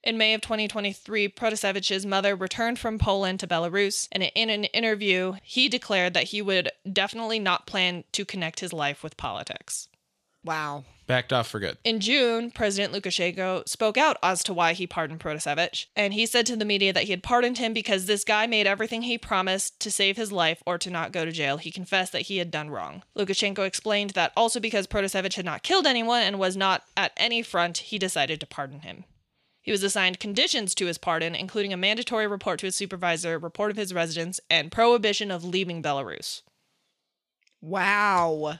In May of 2023, Protasevich's mother returned from Poland to Belarus, and in an interview, he declared that he would definitely not plan to connect his life with politics.
Wow.
Backed off for good.
In June, President Lukashenko spoke out as to why he pardoned Protasevich, and he said to the media that he had pardoned him because this guy made everything he promised to save his life or to not go to jail. He confessed that he had done wrong. Lukashenko explained that also because Protasevich had not killed anyone and was not at any front, he decided to pardon him. He was assigned conditions to his pardon, including a mandatory report to his supervisor, report of his residence, and prohibition of leaving Belarus.
Wow.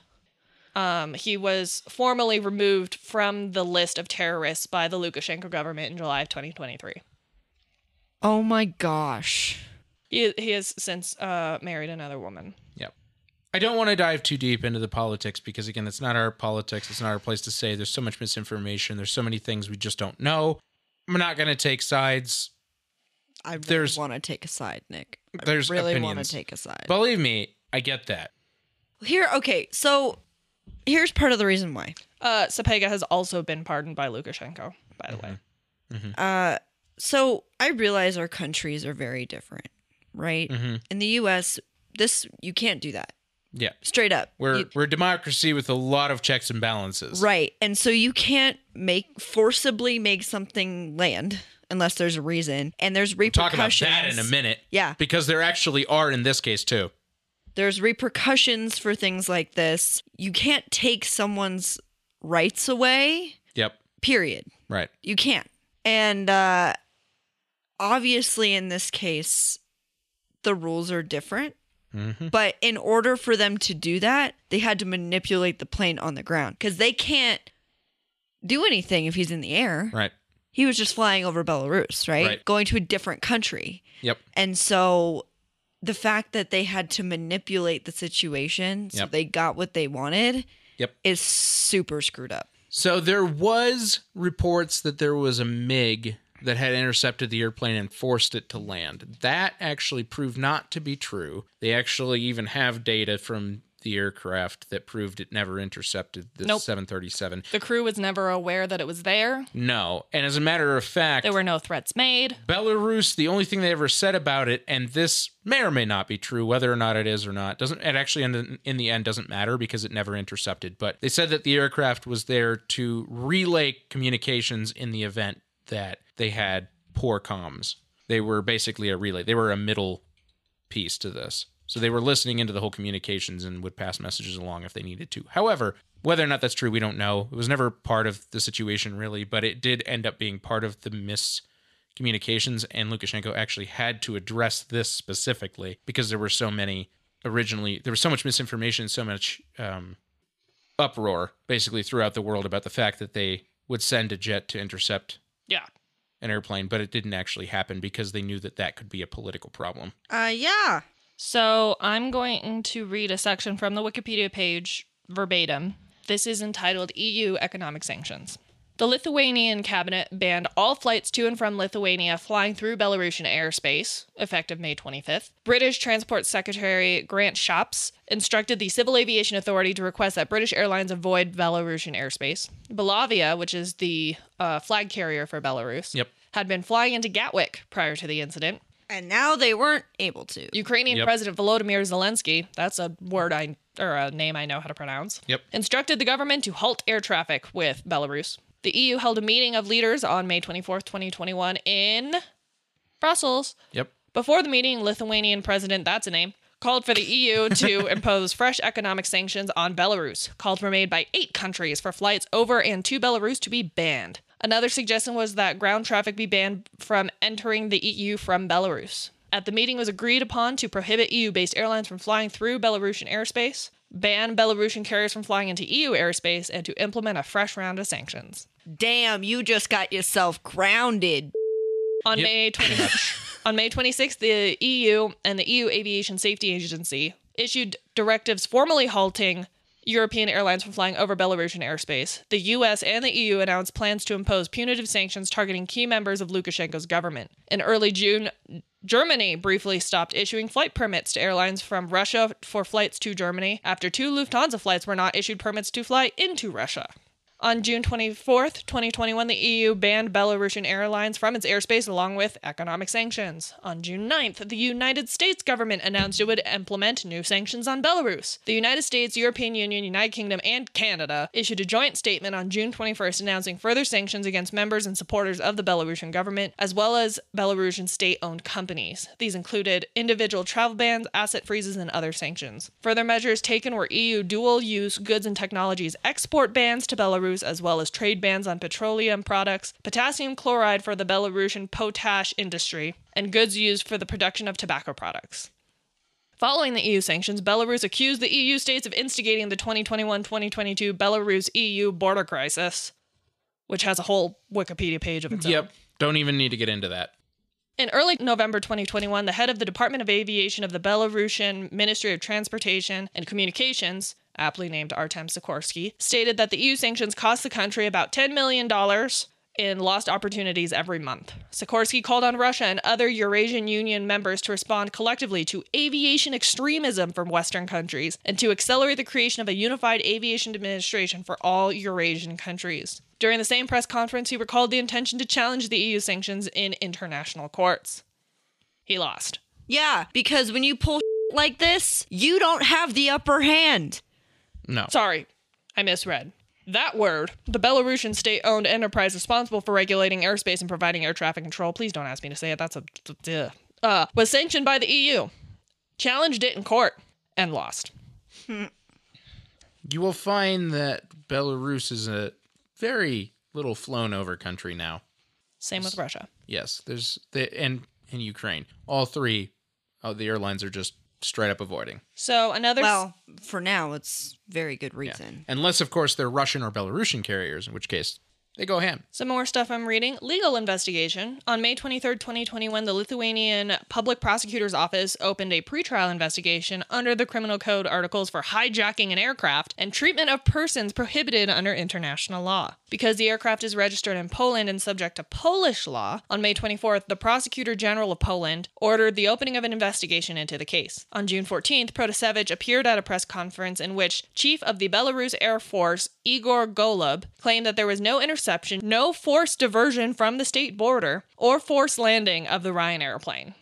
Um, he was formally removed from the list of terrorists by the Lukashenko government in July of 2023.
Oh my gosh.
He, he has since uh, married another woman.
Yep. I don't want to dive too deep into the politics because, again, it's not our politics. It's not our place to say. There's so much misinformation. There's so many things we just don't know. I'm not going to take sides.
I really
There's-
want to take a side, Nick. I
There's
really want
opinions.
to take a side.
Believe me, I get that.
Here, okay, so here's part of the reason why.
Uh, Sapega has also been pardoned by Lukashenko, by the way.
Uh, so I realize our countries are very different, right?
Mm-hmm.
In the U.S., this you can't do that
Yeah.
straight up.
We're,
You-
we're a democracy with a lot of checks and balances.
right, and so you can't make forcibly make something land unless there's a reason, and there's
Talk about
repercussions.
that in a minute.
Yeah.
Because there actually are in this case, too.
There's repercussions for things like this. You can't take someone's rights away.
Yep.
Period.
Right.
You can't. And uh, obviously, in this case, the rules are different.
Mm-hmm.
But in order for them to do that, they had to manipulate the plane on the ground because they can't do anything if he's in the air.
Right.
He was just flying over Belarus, right?
Right.
Going to a different country.
Yep.
And so the fact that they had to manipulate the situation so
Yep.
they got what they wanted
Yep.
is super screwed up.
So there was reports that there was a MiG that had intercepted the airplane and forced it to land. That actually proved not to be true. They actually even have data from the aircraft that proved it never intercepted the
Nope.
737.
The crew was never aware that it was there.
No. And as a matter of fact,
There were no threats made.
Belarus, the only thing they ever said about it, and this may or may not be true, whether or not it is or not, doesn't it actually in the, in the end doesn't matter because it never intercepted. But they said that the aircraft was there to relay communications in the event that they had poor comms. They were basically a relay. They were a middle piece to this. So they were listening into the whole communications and would pass messages along if they needed to. However, whether or not that's true, we don't know. It was never part of the situation really, but it did end up being part of the miscommunications. And Lukashenko actually had to address this specifically because there were so many originally, there was so much misinformation, so much um, uproar basically throughout the world about the fact that they would send a jet to intercept
Yeah.
an airplane, but it didn't actually happen because they knew that that could be a political problem.
Uh, yeah.
So I'm going to read a section from the Wikipedia page verbatim. This is entitled EU Economic Sanctions. The Lithuanian cabinet banned all flights to and from Lithuania flying through Belarusian airspace, effective May 25th. British Transport Secretary Grant Shapps instructed the Civil Aviation Authority to request that British airlines avoid Belarusian airspace. Belavia, which is the uh, flag carrier for Belarus,
Yep.
had been flying into Gatwick prior to the incident.
And now they weren't able to.
Ukrainian
Yep.
President Volodymyr Zelensky, that's a word I or a name I know how to pronounce.
Yep.
Instructed the government to halt air traffic with Belarus. The EU held a meeting of leaders on May 24th, 2021 in Brussels.
Yep.
Before the meeting, Lithuanian president, that's a name, called for the EU to impose fresh economic sanctions on Belarus. Calls were made by eight countries for flights over and to Belarus to be banned. Another suggestion was that ground traffic be banned from entering the EU from Belarus. At the meeting was agreed upon to prohibit EU-based airlines from flying through Belarusian airspace, ban Belarusian carriers from flying into EU airspace, and to implement a fresh round of sanctions.
Damn, you just got yourself grounded.
On
Yep.
May 20, on May 26th, the EU and the EU Aviation Safety Agency issued directives formally halting European airlines from flying over Belarusian airspace. The US and the EU announced plans to impose punitive sanctions targeting key members of Lukashenko's government. In early June, Germany briefly stopped issuing flight permits to airlines from Russia for flights to Germany after two Lufthansa flights were not issued permits to fly into Russia. On June 24th, 2021, the EU banned Belarusian airlines from its airspace along with economic sanctions. On June 9th, the United States government announced it would implement new sanctions on Belarus. The United States, European Union, United Kingdom, and Canada issued a joint statement on June 21st announcing further sanctions against members and supporters of the Belarusian government, as well as Belarusian state owned companies. These included individual travel bans, asset freezes, and other sanctions. Further measures taken were EU dual use goods and technologies export bans to Belarus, as well as trade bans on petroleum products, potassium chloride for the Belarusian potash industry, and goods used for the production of tobacco products. Following the EU sanctions, Belarus accused the EU states of instigating the 2021 2022 Belarus EU border crisis, which has a whole Wikipedia page of its own.
Yep. Don't even need to get into that.
In early November 2021, the head of the Department of Aviation of the Belarusian Ministry of Transportation and Communications, aptly named Artem Sikorsky, stated that the EU sanctions cost the country about $10 million in lost opportunities every month. Sikorsky called on Russia and other Eurasian Union members to respond collectively to aviation extremism from Western countries and to accelerate the creation of a unified aviation administration for all Eurasian countries. During the same press conference, he recalled the intention to challenge the EU sanctions in international courts. He lost.
Yeah, because when you pull like this, you don't have the upper hand.
No.
Sorry, I misread. That word, the Belarusian state owned enterprise responsible for regulating airspace and providing air traffic control, please don't ask me to say it, that's a. duh. Uh, was sanctioned by the EU, challenged it in court, and lost.
You will find that Belarus is a very little flown over country now.
Same with Russia.
Yes, there's the and and Ukraine. All three of the airlines are just straight up avoiding.
So another.
Well, for now, it's very good reason.
Unless of course they're Russian or Belarusian carriers, in which case They go ham.
Some more stuff I'm reading. Legal investigation. On May 23rd, 2021, the Lithuanian Public Prosecutor's Office opened a pretrial investigation under the Criminal Code articles for hijacking an aircraft and treatment of persons prohibited under international law. Because the aircraft is registered in Poland and subject to Polish law, on May 24th, the Prosecutor General of Poland ordered the opening of an investigation into the case. On June 14th, Protasevich appeared at a press conference in which Chief of the Belarus Air Force, Igor Golub, claimed that there was no interception, no forced diversion from the state border, or forced landing of the Ryan airplane.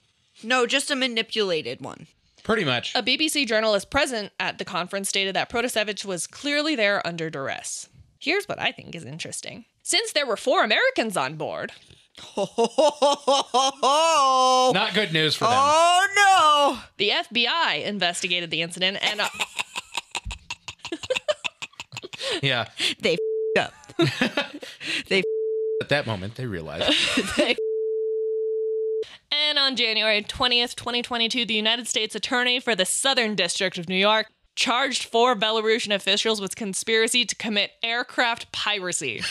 No, just a manipulated one.
Pretty much.
A BBC journalist present at the conference stated that Protasevich was clearly there under duress. Here's what I think is interesting. Since there were four Americans on board,
Oh
Not good news for them.
no!
the FBI investigated the incident and uh,
Yeah.
Up.
At that moment, they realized.
And on January 20th, 2022, the United States Attorney for the Southern District of New York charged four Belarusian officials with conspiracy to commit aircraft piracy.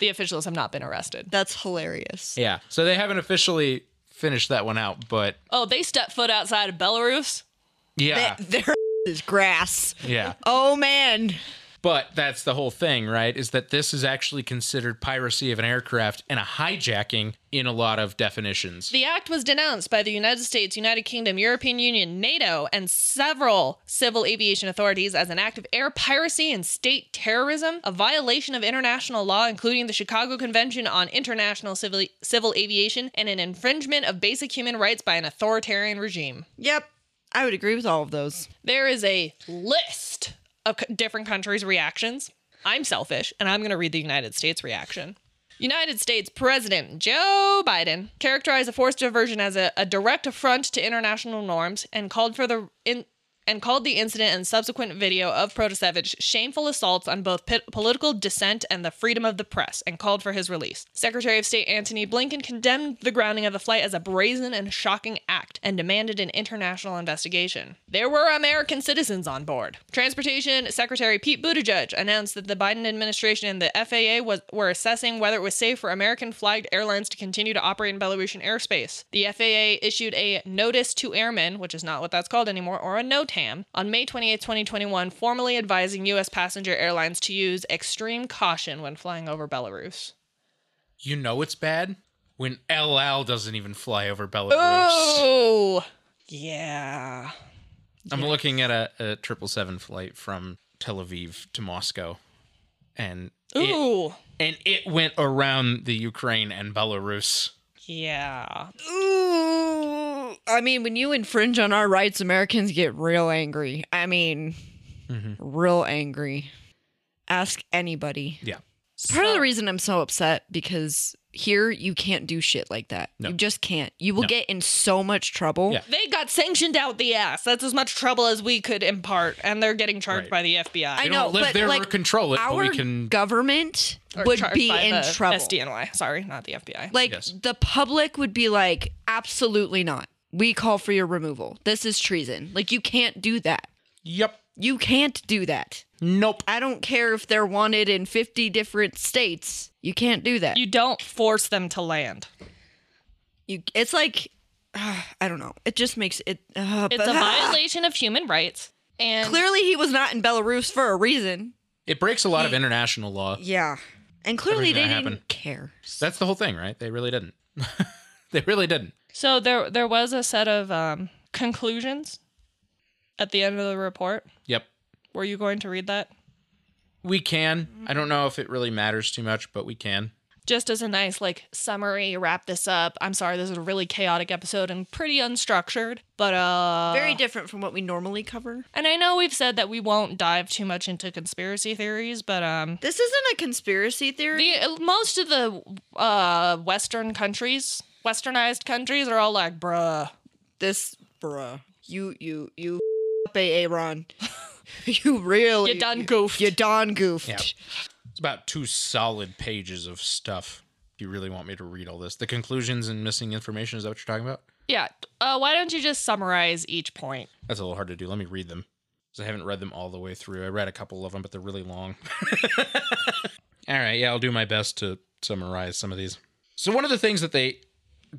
the officials have not been arrested.
That's hilarious.
yeah. So they haven't officially finished that one out, but
Oh, they stepped foot outside of Belarus?
yeah.
That- There is grass.
yeah.
Oh man.
But that's the whole thing, right? Is that this is actually considered piracy of an aircraft and a hijacking in a lot of definitions.
The act was denounced by the United States, United Kingdom, European Union, NATO, and several civil aviation authorities as an act of air piracy and state terrorism, a violation of international law, including the Chicago Convention on International Civil, civil Aviation, and an infringement of basic human rights by an authoritarian regime.
Yep. I would agree with all of those.
There is a list of c- different countries' reactions. I'm selfish, and I'm going to read the United States reaction. United States President Joe Biden characterized the forced diversion as a, a direct affront to international norms and called for the in, and called the incident and subsequent video of Protasevich shameful assaults on both pit, political dissent and the freedom of the press and called for his release. Secretary of State Antony Blinken condemned the grounding of the flight as a brazen and shocking act and demanded an international investigation. There were American citizens on board. Transportation Secretary Pete Buttigieg announced that the Biden administration and the FAA was, were assessing whether it was safe for American flagged airlines to continue to operate in Belarusian airspace. The FAA issued a notice to airmen, which is not what that's called anymore, or a NOTAM, on May 28, 2021, formally advising U.S. passenger airlines to use extreme caution when flying over Belarus.
You know it's bad when LL doesn't even fly over Belarus.
Oh, yeah.
I'm looking at a, a 777 flight from Tel Aviv to Moscow, and it,
Ooh,
and it went around the Ukraine and Belarus.
yeah.
Ooh. I mean, when you infringe on our rights, Americans get real angry. I mean,
Mm-hmm.
real angry. Ask anybody.
Yeah.
Part of the reason I'm so upset because here you can't do shit like that. You just can't. You will get in so much trouble.
Yeah.
They got sanctioned out the ass. That's as much trouble as we could impart, and they're getting charged
Right.
by the FBI.
I
They
know,
don't live
but
there or
like
control it, but
our
we can-
government
Or
would
charged
be
by
in
the
trouble.
SDNY. Sorry, not the FBI.
Like
Yes.
the public would be like, absolutely not. We call for your removal. This is treason. Like you can't do that.
Yep.
You can't do that.
Nope.
I don't care if they're wanted in 50 different states. You can't do that.
you don't force them to land.
You, it's like I don't know. It just makes it. Uh,
It's a violation of human rights. And
Clearly, he was not in Belarus for a reason.
It breaks a lot of international law.
Yeah, and clearly they
Everything that
didn't
happened.
care.
That's the whole thing, right? They really didn't. they really didn't.
so there there was a set of um, conclusions at the end of the report.
Yep.
Were you going to read that?
We can. I don't know if it really matters too much, but we can.
Just as a nice like summary, wrap this up. I'm sorry, this is a really chaotic episode and pretty unstructured, but uh
Very different from what we normally cover.
And I know we've said that we won't dive too much into conspiracy theories, but um
This isn't a conspiracy theory.
the most of the uh western countries, westernized countries are all like, "Bruh,
This, bruh, you, you, you, up a Aaron. you really,
you done goofed."
you done goofed.
Yeah. It's about two solid pages of stuff. If you really want me to read all this, the conclusions and missing information is that what you're talking about?
Yeah. Uh, why don't you just summarize each point?
That's a little hard to do. Let me read them. because I haven't read them all the way through. I read a couple of them, but they're really long. all right, yeah, I'll do my best to summarize some of these. So, one of the things that they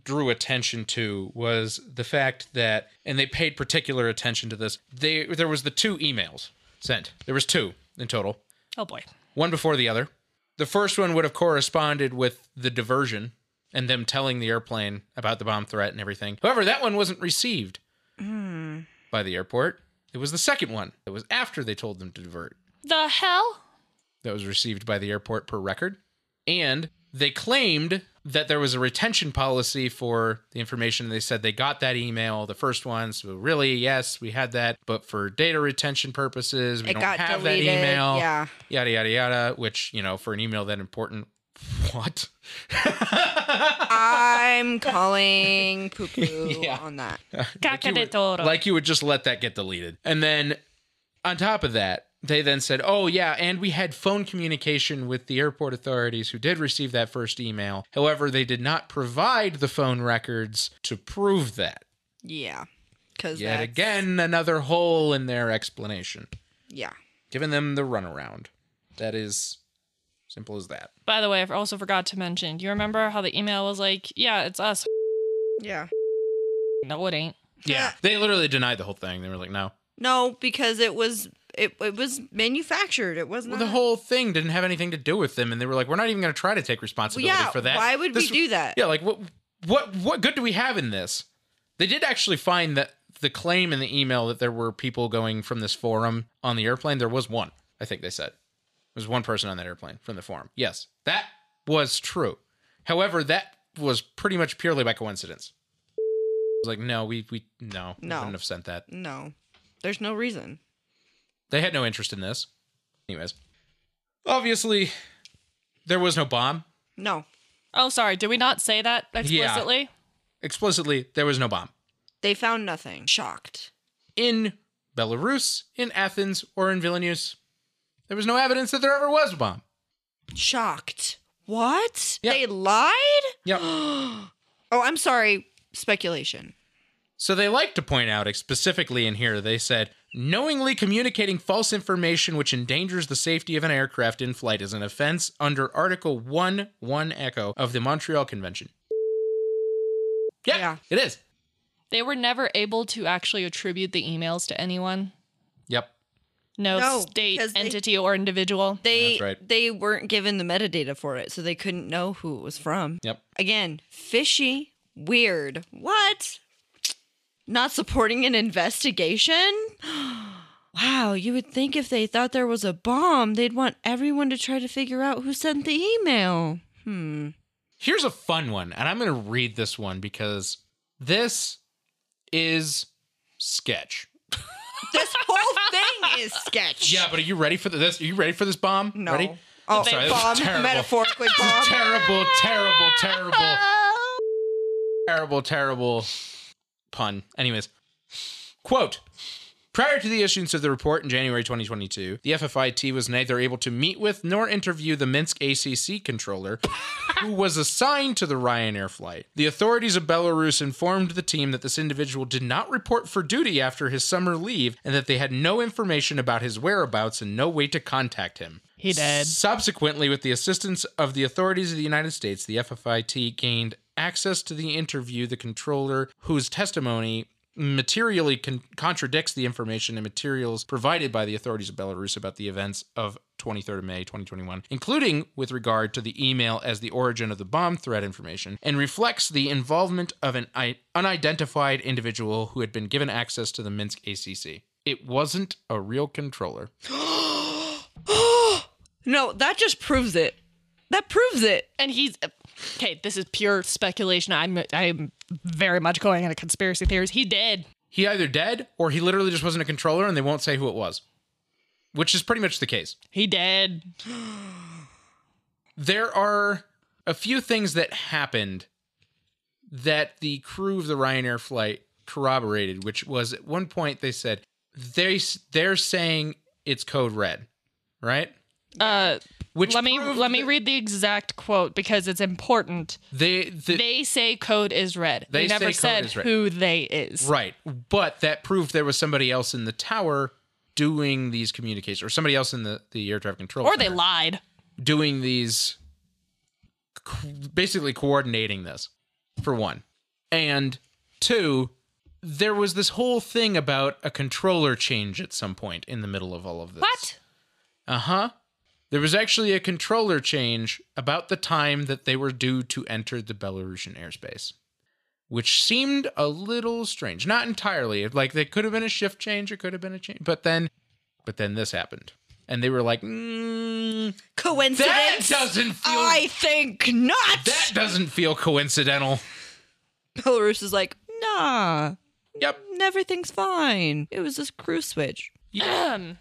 drew attention to was the fact that, and they paid particular attention to this. They there was the two emails sent. There was two in total,
Oh boy.
one before the other. The first one would have corresponded with the diversion and them telling the airplane about the bomb threat and everything. However, that one wasn't received by the airport. It was the second one. It was after they told them to divert
The hell?
that was received by the airport per record. And they claimed that there was a retention policy for the information. They said they got that email, the first one. So, really, yes, we had that. But for data retention purposes, we
It
don't
got
have
deleted,
that email.
yeah.
Yada, yada, yada. Which, you know, for an email that important, what?
I'm calling poo poo
Yeah.
on that.
Cacaretoro.
like you would just let that get deleted. And then on top of that, they then said, "Oh yeah, and we had phone communication with the airport authorities who did receive that first email. However, they did not provide the phone records to prove that."
Yeah. Because
Yet again, another hole in their explanation,
Yeah.
giving them the runaround. That is simple as that.
By the way, I also forgot to mention. Do you remember how the email was like, "Yeah, it's us."
Yeah.
No, it ain't.
Yeah, they literally denied the whole thing. They were like, "No,
No, because it was it, it was manufactured. It wasn't
Well, the whole thing didn't have anything to do with them, and they were like, "We're not even going to try to take responsibility
Well, yeah,
for that."
why would we do that?
Yeah, like what, what, what good do we have in this? They did actually find that the claim in the email that there were people going from this forum on the airplane. There was one, I think they said. There was one person on that airplane from the forum. Yes, that was true. However, that was pretty much purely by coincidence. It was like, no, we we no, we
No.
wouldn't have sent that.
no. There's no reason.
They had no interest in this. Anyways, obviously, there was no bomb.
No.
Oh, sorry. Did we not say that explicitly?
Explicitly, there was no bomb
They found nothing. Shocked.
in Belarus, in Athens, or in Vilnius. There was no evidence that there ever was a bomb.
Shocked. What?
Yeah.
They lied?
Yep.
Oh, I'm sorry. Speculation.
so they like to point out specifically in here, they said knowingly communicating false information which endangers the safety of an aircraft in flight is an offense under Article 1 1 Echo of the Montreal Convention. Yeah,
Yeah.
it is.
They were never able to actually attribute the emails to anyone.
Yep.
No,
No,
state,
because they-
entity, or individual.
They
That's right.
they weren't given the metadata for it, so they couldn't know who it was from.
Yep.
Again, fishy, weird. What? Not supporting an investigation? wow, you would think if they thought there was a bomb, they'd want everyone to try to figure out who sent the email. Hmm.
Here's a fun one, and I'm going to read this one because this is sketch.
This whole thing is sketch.
Yeah, but are you ready for the, this? Are you ready for this bomb?
No.
Ready?
Oh,
I'm sorry, that was
bomb.
terrible.
Metaphorically bomb.
Terrible, terrible, terrible, terrible, terrible pun. Anyways, quote. Prior to the issuance of the report in January 2022, the FFIT was neither able to meet with nor interview the Minsk ACC controller, who was assigned to the Ryanair flight. The authorities of Belarus informed the team that this individual did not report for duty after his summer leave and that they had no information about his whereabouts and no way to contact him.
He did.
Subsequently, with the assistance of the authorities of the United States, the FFIT gained access to the interview, the controller, whose testimony materially con- contradicts the information and materials provided by the authorities of Belarus about the events of 23rd of May 2021, including with regard to the email as the origin of the bomb threat information, and reflects the involvement of an I- unidentified individual who had been given access to the Minsk ACC. It wasn't a real controller.
No, that just proves it. That proves it.
and he's okay. This is pure speculation. I'm I'm very much going into conspiracy theories. He did.
he either dead or he literally just wasn't a controller and they won't say who it was which is pretty much the case
He did.
there are a few things that happened that the crew of the ryanair flight corroborated which was at one point they said they they're saying it's code red right
Uh,
which
let me
proved
let me
that
read the exact quote because it's important.
they, the,
They say code is red. They,
They say
never
code
said
is red.
who they is.
right but that proved there was somebody else in the tower doing these communications, or somebody else in the, the air traffic control,
Or they
center
lied.
doing these, co- basically coordinating this, for one, and two, there was this whole thing about a controller change at some point in the middle of all of this.
What?
Uh huh. There was actually a controller change about the time that they were due to enter the Belarusian airspace, which seemed a little strange. Not entirely. Like they could have been a shift change, it could have been a change, but then, but then this happened, and they were like, mm, "That
Coincidence?
doesn't feel
I think not.
that doesn't feel coincidental."
Belarus is like, nah,
Yep.
everything's fine. It was this crew switch.
Um,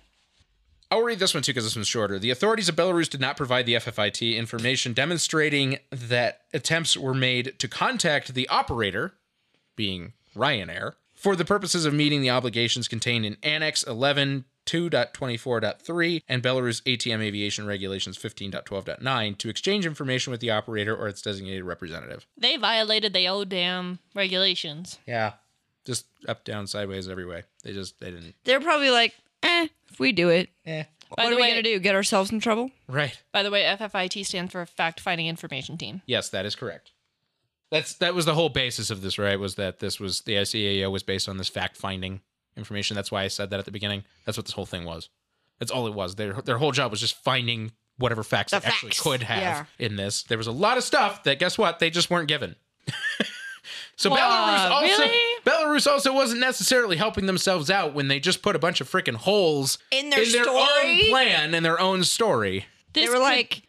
I'll read this one too because this one's shorter. The authorities of Belarus did not provide the FFIT information demonstrating that attempts were made to contact the operator, being Ryanair, for the purposes of meeting the obligations contained in Annex 11. 2.24.3 and Belarus ATM Aviation Regulations 15.12.9 to exchange information with the operator or its designated representative.
they violated the old damn regulations.
Yeah. Just up, down, sideways, every way. They just, they didn't.
They're probably like, eh, if we do it,
Eh.
By
what
the
are we
way-
going to do? Get ourselves in trouble?
Right.
By the way, FFIT stands for Fact Finding Information Team.
Yes, that is correct. That's that was the whole basis of this, right? Was that this was the ICAO was based on this fact finding information. That's why I said that at the beginning. That's what this whole thing was. That's all it was. Their their whole job was just finding whatever facts
The
they actually
facts,
could have
yeah.
in this. There was a lot of stuff that guess what? They just weren't given. so
Wha-
Belarus also
really?
Belarus also wasn't necessarily helping themselves out when they just put a bunch of freaking holes
In their
in their
story?
own plan and their own story
This
they were
could-
like,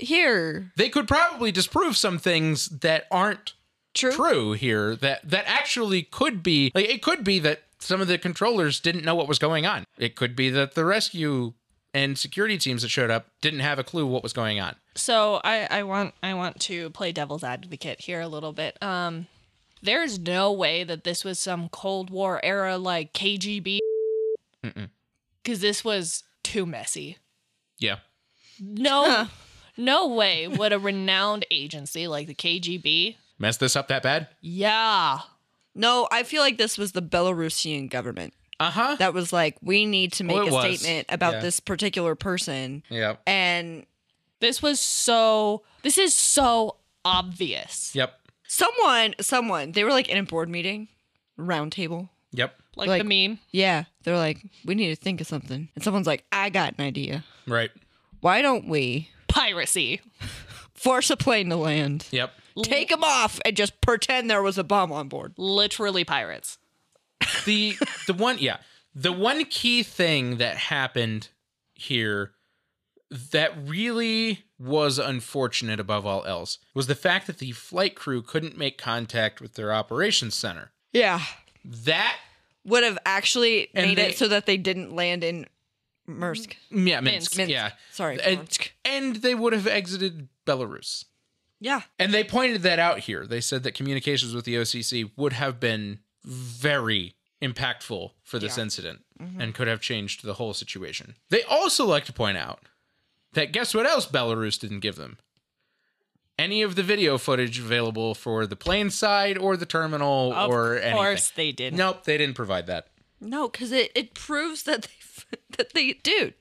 here,
they could probably disprove some things that aren't
true.
true here that that actually could be like it could be that some of the controllers didn't know what was going on it could be that the rescue and security teams that showed up didn't have a clue what was going on
So I, I want I want to play devil's advocate here a little bit. Um, there's no way that this was some Cold War era like KGB, because this was too messy.
yeah
No, no way would a renowned agency like the KGB.
mess this up that bad
Yeah,
No, I feel like this was the Belarusian government
uh-huh
that was like, we need to make
Well, Oh, it
a
was.
statement about
Yeah.
this particular person.
yep
And
this was so. This is so obvious.
yep
someone, someone, they were like in a board meeting, round table.
yep
Like,
Like-
the meme.
Yeah, they're like, we need to think of something. And someone's like, I got an idea.
right
Why don't we
Piracy.
force a plane to land,
yep
take them off, and just pretend there was a bomb on board?
Literally pirates.
the the one yeah the one key thing that happened here that really was unfortunate above all else was the fact that the flight crew couldn't make contact with their operations center
Yeah.
that
Would have actually
And
made
they-
it so that they didn't land in Minsk.
yeah Minsk,
Minsk.
yeah
Sorry,
and,
Minsk.
and they would have exited Belarus
Yeah.
and they pointed that out here they said that communications with the OCC would have been very impactful for this incident
Mm-hmm.
and could have changed the whole situation they also like to point out that guess what else Belarus didn't give them any of the video footage available for the plane side or the terminal
Of
or anything
course they didn't.
nope they didn't provide that
No, because it, it proves that they that they dude.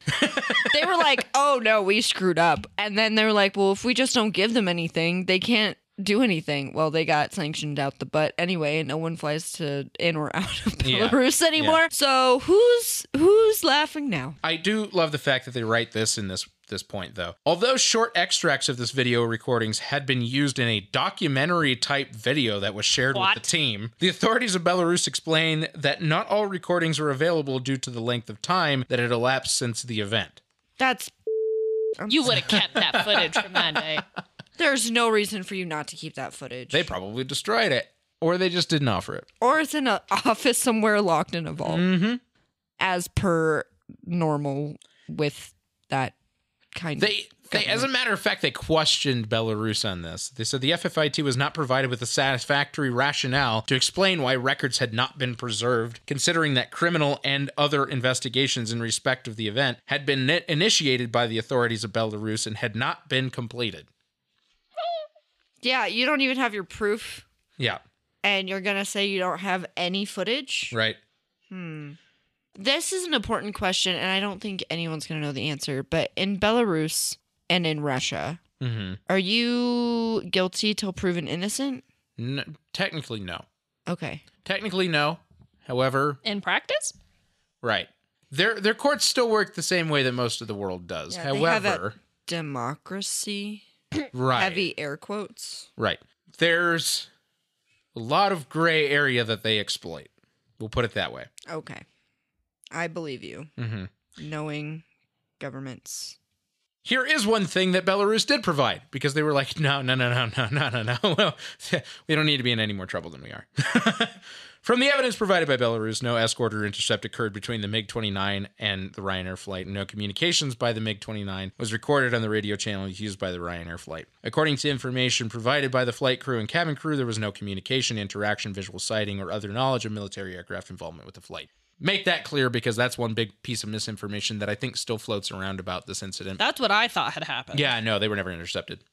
they were like, oh no, we screwed up, and then they were like, well, if we just don't give them anything, they can't do anything. Well, they got sanctioned out the butt anyway, and no one flies to in or out of
Yeah.
Belarus anymore. So who's who's laughing now?
I do love the fact that they write this in this this point though. Although short extracts of this video recordings had been used in a documentary type video that was shared
What?
with the team, the authorities of Belarus explain that not all recordings were available due to the length of time that had elapsed since the event.
That's
You would have kept that footage from that day.
there's no reason for you not to keep that footage.
They probably destroyed it or they just didn't offer it.
or it's in an office somewhere locked in a vault,
Mm-hmm.
as per normal with that kind of.
They, they, as a matter of fact, they questioned Belarus on this. They said the FFIT was not provided with a satisfactory rationale to explain why records had not been preserved, considering that criminal and other investigations in respect of the event had been ni- initiated by the authorities of Belarus and had not been completed.
Yeah, you don't even have your proof,
Yeah,
and you're gonna say you don't have any footage.
right.
This is an important question, and I don't think anyone's going to know the answer. But in Belarus and in Russia,
Mm-hmm.
are you guilty till proven innocent?
N- technically, no.
Okay.
Technically, no. However,
In practice?
right. Their their courts still work the same way that most of the world does.
Yeah, they have a-
However,
Democracy.
right.
Heavy air quotes.
Right. There's a lot of gray area that they exploit. We'll put it that way.
Okay. I believe you.
hmm
Knowing governments.
Here is one thing that Belarus did provide because they were like, no, no, no, no, no, no, no, no. Well, we don't need to be in any more trouble than we are. From the evidence provided by Belarus, no escort or intercept occurred between the MiG 29 and the Ryanair flight, and no communications by the MiG 29 was recorded on the radio channel used by the Ryanair flight. According to information provided by the flight crew and cabin crew, there was no communication, interaction, visual sighting, or other knowledge of military aircraft involvement with the flight. Make that clear because that's one big piece of misinformation that I think still floats around about this incident.
That's what I thought had happened.
Yeah, no, they were never intercepted.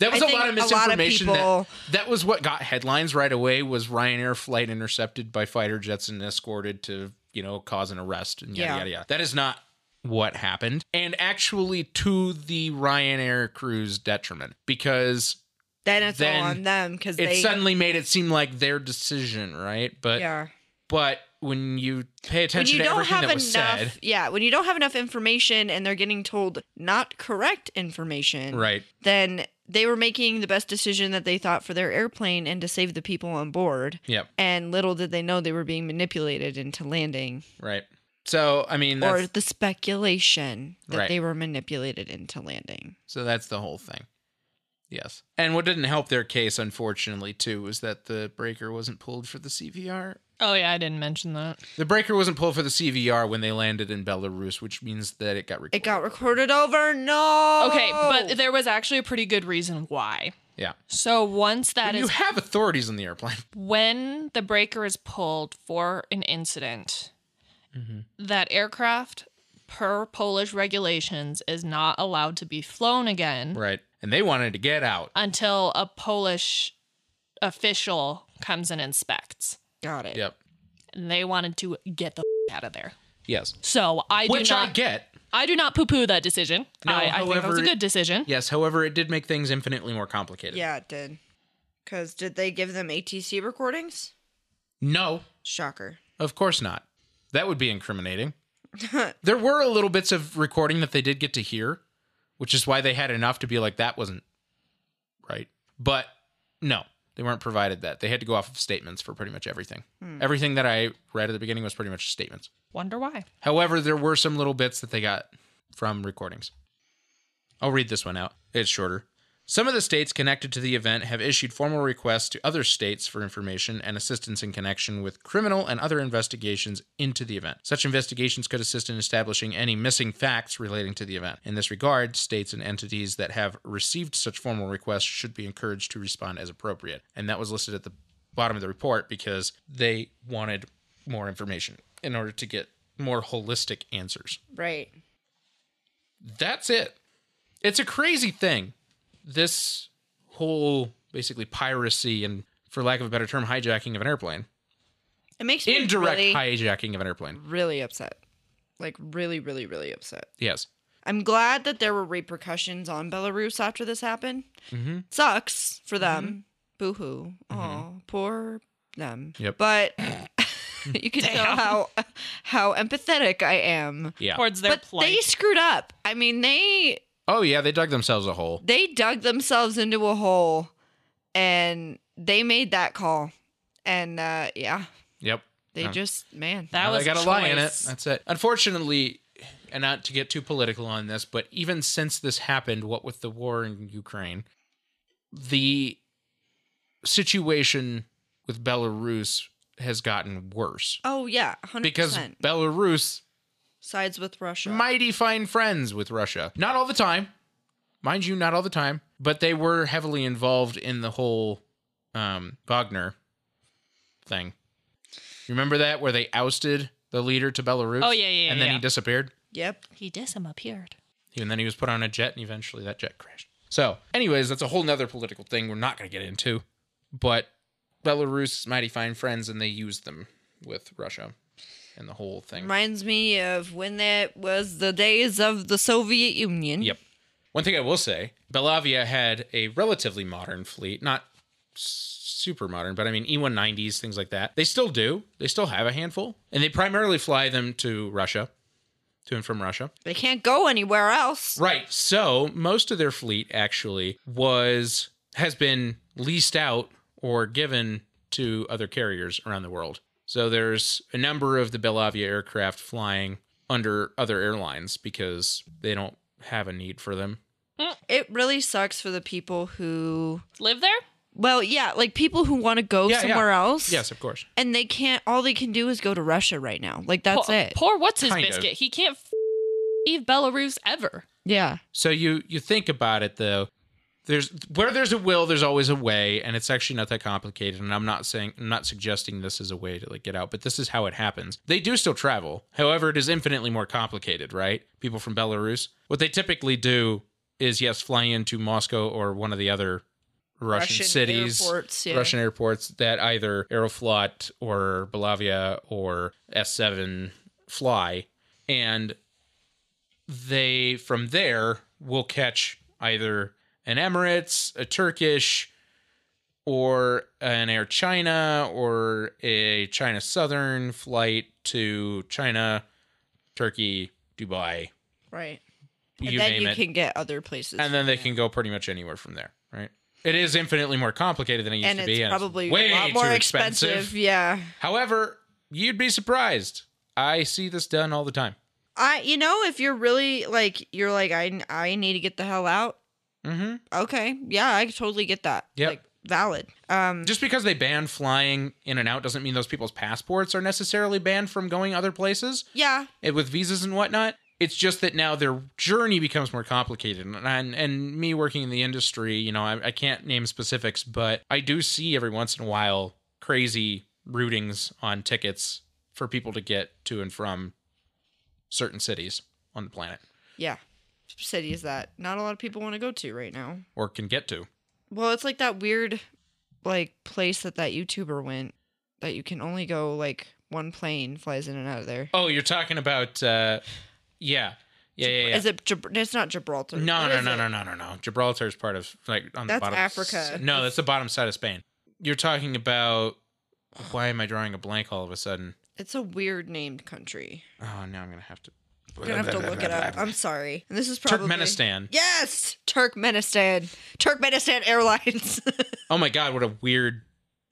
That was
I
a lot of
think a lot of
misinformation.
people-
that, that was what got headlines right away. Was Ryanair flight intercepted by fighter jets and escorted to you know cause an arrest and yada
Yeah.
yada yada. That is not what happened, and actually to the Ryanair crew's detriment because
Then it's
Then
all on them because
it
they.
suddenly made it seem like their decision, right? But
yeah.
but when you pay
When
attention
you
to
don't
everything
have
that
enough,
was said,
yeah. When you don't have enough information, and they're getting told not correct information,
right?
Then they were making the best decision that they thought for their airplane and to save the people on board.
Yep,
And little did they know they were being manipulated into landing,
right. So I mean, that's,
or the speculation that
Right.
they were manipulated into landing.
So that's the whole thing. Yes. And what didn't help their case, unfortunately, too, was that the breaker wasn't pulled for the CVR.
Oh, yeah, I didn't mention that.
The breaker wasn't pulled for the CVR when they landed in Belarus, which means that it got recorded.
It got recorded over. No.
Okay,
Oh.
but there was actually a pretty good reason why.
yeah.
So once that
And
is
you have authorities on the airplane.
when the breaker is pulled for an incident,
Mm-hmm.
that aircraft, per Polish regulations, is not allowed to be flown again
Right. And they wanted to get out.
until a Polish official comes and inspects.
got it.
Yep.
And they wanted to get the out of there.
Yes.
So I do
Which
not.
I get.
I do not poo-poo that decision.
No,
I, I think that was
however-
a good decision.
Yes. However, it did make things infinitely more complicated.
Yeah, it did. Because did they give them ATC recordings?
No,
Shocker.
of course not. That would be incriminating. there were a little bits of recording that they did get to hear, which is why they had enough to be like, that wasn't right. But no, they weren't provided that. They had to go off of statements for pretty much everything. Everything that I read at the beginning was pretty much statements.
Wonder why.
However, there were some little bits that they got from recordings. I'll read this one out. It's shorter. Some of the states connected to the event have issued formal requests to other states for information and assistance in connection with criminal and other investigations into the event. Such investigations could assist in establishing any missing facts relating to the event. In this regard, states and entities that have received such formal requests should be encouraged to respond as appropriate. And that was listed at the bottom of the report because they wanted more information in order to get more holistic answers.
Right.
That's it. It's a crazy thing. This whole basically piracy and, for lack of a better term, hijacking of an airplane,
It makes me
indirect
really,
hijacking of an airplane.
really upset. Like really, really, really upset.
Yes.
I'm glad that there were repercussions on Belarus after this happened. Sucks for them. Boo hoo. Oh, poor them.
Yep.
But you can tell how how empathetic I am.
Yeah.
Towards their
but
plight.
they screwed up. I mean, they
oh yeah, they dug themselves a hole.
they dug themselves into a hole and they made that call. And uh yeah,
Yep.
they
Yeah.
just man.
That
Now
was
they got a lie in it.
choice.
That's it. Unfortunately, and not to get too political on this, but even since this happened, what with the war in Ukraine, the situation with Belarus has gotten worse
oh yeah, 100%.
because Belarus
sides with Russia.
mighty fine friends with Russia. Not all the time, mind you, not all the time, but they were heavily involved in the whole um, Wagner thing. Remember that where they ousted the leader to Belarus?
Oh, yeah, yeah,
And then
yeah.
he disappeared,
yep.
he disappeared.
and then he was put on a jet, and eventually that jet crashed. So, anyways, that's a whole nother political thing we're not going to get into, but Belarus is mighty fine friends, and they used them with Russia. and the whole thing.
Reminds me of when that was the days of the Soviet Union.
Yep. One thing I will say, Belavia had a relatively modern fleet, not s- super modern, but I mean E190s, things like that. They still do. They still have a handful, and they primarily fly them to Russia, to and from Russia.
They can't go anywhere else.
Right. So most of their fleet actually was has been leased out or given to other carriers around the world. So there's a number of the Belavia aircraft flying under other airlines because they don't have a need for them.
It really sucks for the people who,
Live there?
well, yeah, like people who want to go
Yeah, yeah.
somewhere else.
Yes, of course.
And they can't, all they can do is go to Russia right now. Like, that's
poor,
it.
Poor what's his
Kind of.
biscuit? He can't f- leave Belarus ever.
yeah.
So you you think about it though, there's where there's a will, there's always a way, and it's actually not that complicated. And I'm not saying I'm not suggesting this is a way to like get out, but this is how it happens. They do still travel. However, it is infinitely more complicated, right? People from Belarus. What they typically do is yes, fly into Moscow or one of the other Russian,
Russian
cities,
airports, yeah.
Russian airports that either Aeroflot or Belavia or S7 fly, and they from there will catch either an Emirates, a Turkish, or an Air China, or a China Southern flight to China, Turkey, Dubai,
Right.
you
and then
name
you
it.
can get other places.
and then they can go pretty much anywhere from there, right? It is infinitely more complicated than it used
and
to
it's
be.
probably
way
a lot more
too
expensive. Yeah.
However, you'd be surprised. I see this done all the time.
I, you know, if you're really like, you're like, I, I need to get the hell out.
Mm-hmm.
Okay. Yeah, I totally get that.
Yep.
Like, valid. Um,
just because they ban flying in and out doesn't mean those people's passports are necessarily banned from going other places
yeah.
eh, with visas and whatnot. It's just that now their journey becomes more complicated. And and, and me working in the industry, you know, I, I can't name specifics, but I do see every once in a while crazy routings on tickets for people to get to and from certain cities on the planet
Yeah. Cities that not a lot of people want to go to right now.
or can get to.
Well, it's like that weird, like, place that that YouTuber went that you can only go, like, one plane flies in and out of there.
Oh, you're talking about, uh, yeah. Yeah, yeah, yeah.
Is it, Gib- it's not Gibraltar.
No,
What
no,
is
no,
it?
no, no, no, no. Gibraltar is part of like on the
That's
bottom.
Africa.
s- no, that's the bottom side of Spain. You're talking about. Why am I drawing a blank all of a sudden?
It's a weird named country.
Oh, now I'm gonna have to.
I'm gonna have to look it up. I'm sorry. And this is probably
Turkmenistan.
Yes, Turkmenistan. Turkmenistan Airlines.
Oh my god, what a weird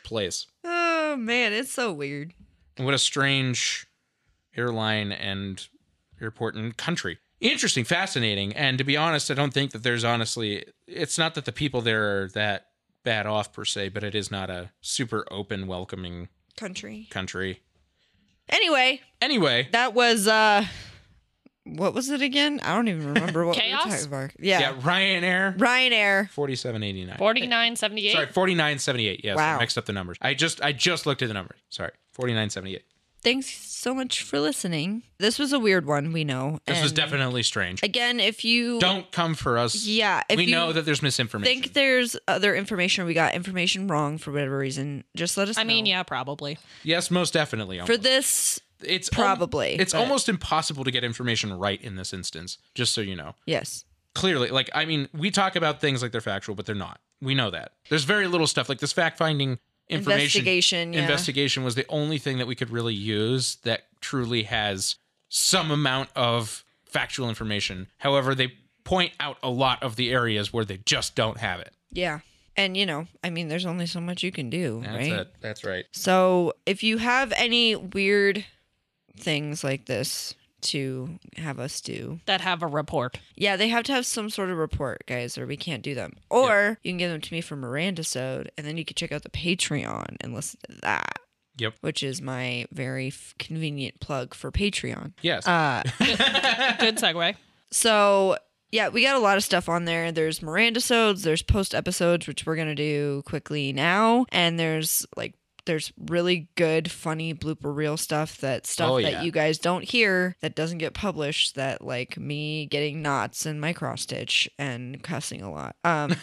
place.
oh man, it's so weird.
And what a strange airline and airport and country. Interesting, fascinating. And to be honest, I don't think that there's honestly, it's not that the people there are that bad off per se, but it is not a super open, welcoming
Country.
country.
Anyway,
Anyway,
that was uh what was it again? I don't even remember what
Chaos?
we were talking about. Yeah.
yeah, Ryanair,
Ryanair.
forty-seven eighty-nine.
4978.
Sorry, forty-nine seventy-eight. Yes,
Wow.
I mixed up the numbers. I just, I just looked at the numbers. Sorry, forty-nine seventy-eight.
Thanks so much for listening. This was a weird one, we know.
This was
and
definitely strange.
again if you
Don't come for us.
Yeah, if
we
you
know that there's misinformation.
think there's other information we got information wrong for whatever reason, just let us know.
I mean, yeah, probably.
yes, most definitely.
For
almost.
this
it's al-
probably.
it's
but-
almost impossible to get information right in this instance. Just so you know,
Yes.
clearly, like I mean, we talk about things like they're factual, but they're not. We know that. There's very little stuff like this fact-finding information
Investigation, yeah.
investigation was the only thing that we could really use that truly has some amount of factual information. However, they point out a lot of the areas where they just don't have it.
Yeah. And you know, I mean there's only so much you can do,
That's
right?
it. That's right.
So if you have any weird things like this to have us do,
That have a report.
yeah, they have to have some sort of report, guys, or we can't do them. Or you can give them to me for Miranda Sode, and then you can check out the Patreon and listen to that.
Yep.
Which is my very f- convenient plug for Patreon.
Yes.
Uh,
Good segue.
so yeah, we got a lot of stuff on there. There's Miranda sodes, there's post episodes, which we're gonna do quickly now, and there's like there's really good, funny blooper reel stuff that stuff
Oh, yeah.
that you guys don't hear that doesn't get published. That like me getting knots in my cross stitch and cussing a lot. Um,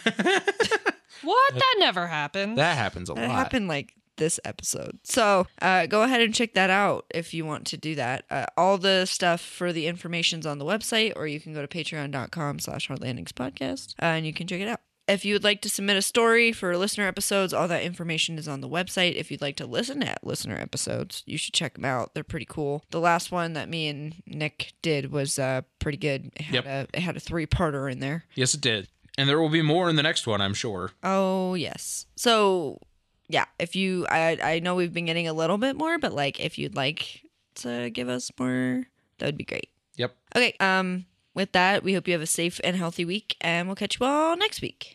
What? That never happened.
that happens a
that
lot.
happened like this episode. So uh, go ahead and check that out if you want to do that. Uh, all the stuff for the information's on the website, or you can go to patreon.com slash hardlandings podcast uh, and you can check it out. If you would like to submit a story for listener episodes, all that information is on the website. If you'd like to listen to listener episodes, you should check them out. They're pretty cool. The last one that me and Nick did was uh, pretty good. It had,
Yep.
a, it had a three-parter in there.
Yes, it did. And there will be more in the next one, I'm sure.
Oh yes. So yeah, if you I I know we've been getting a little bit more, but like if you'd like to give us more, that would be great.
Yep.
Okay, um with that, we hope you have a safe and healthy week and we'll catch you all next week.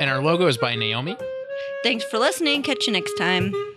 And our logo is by Naomi.
Thanks for listening. Catch you next time.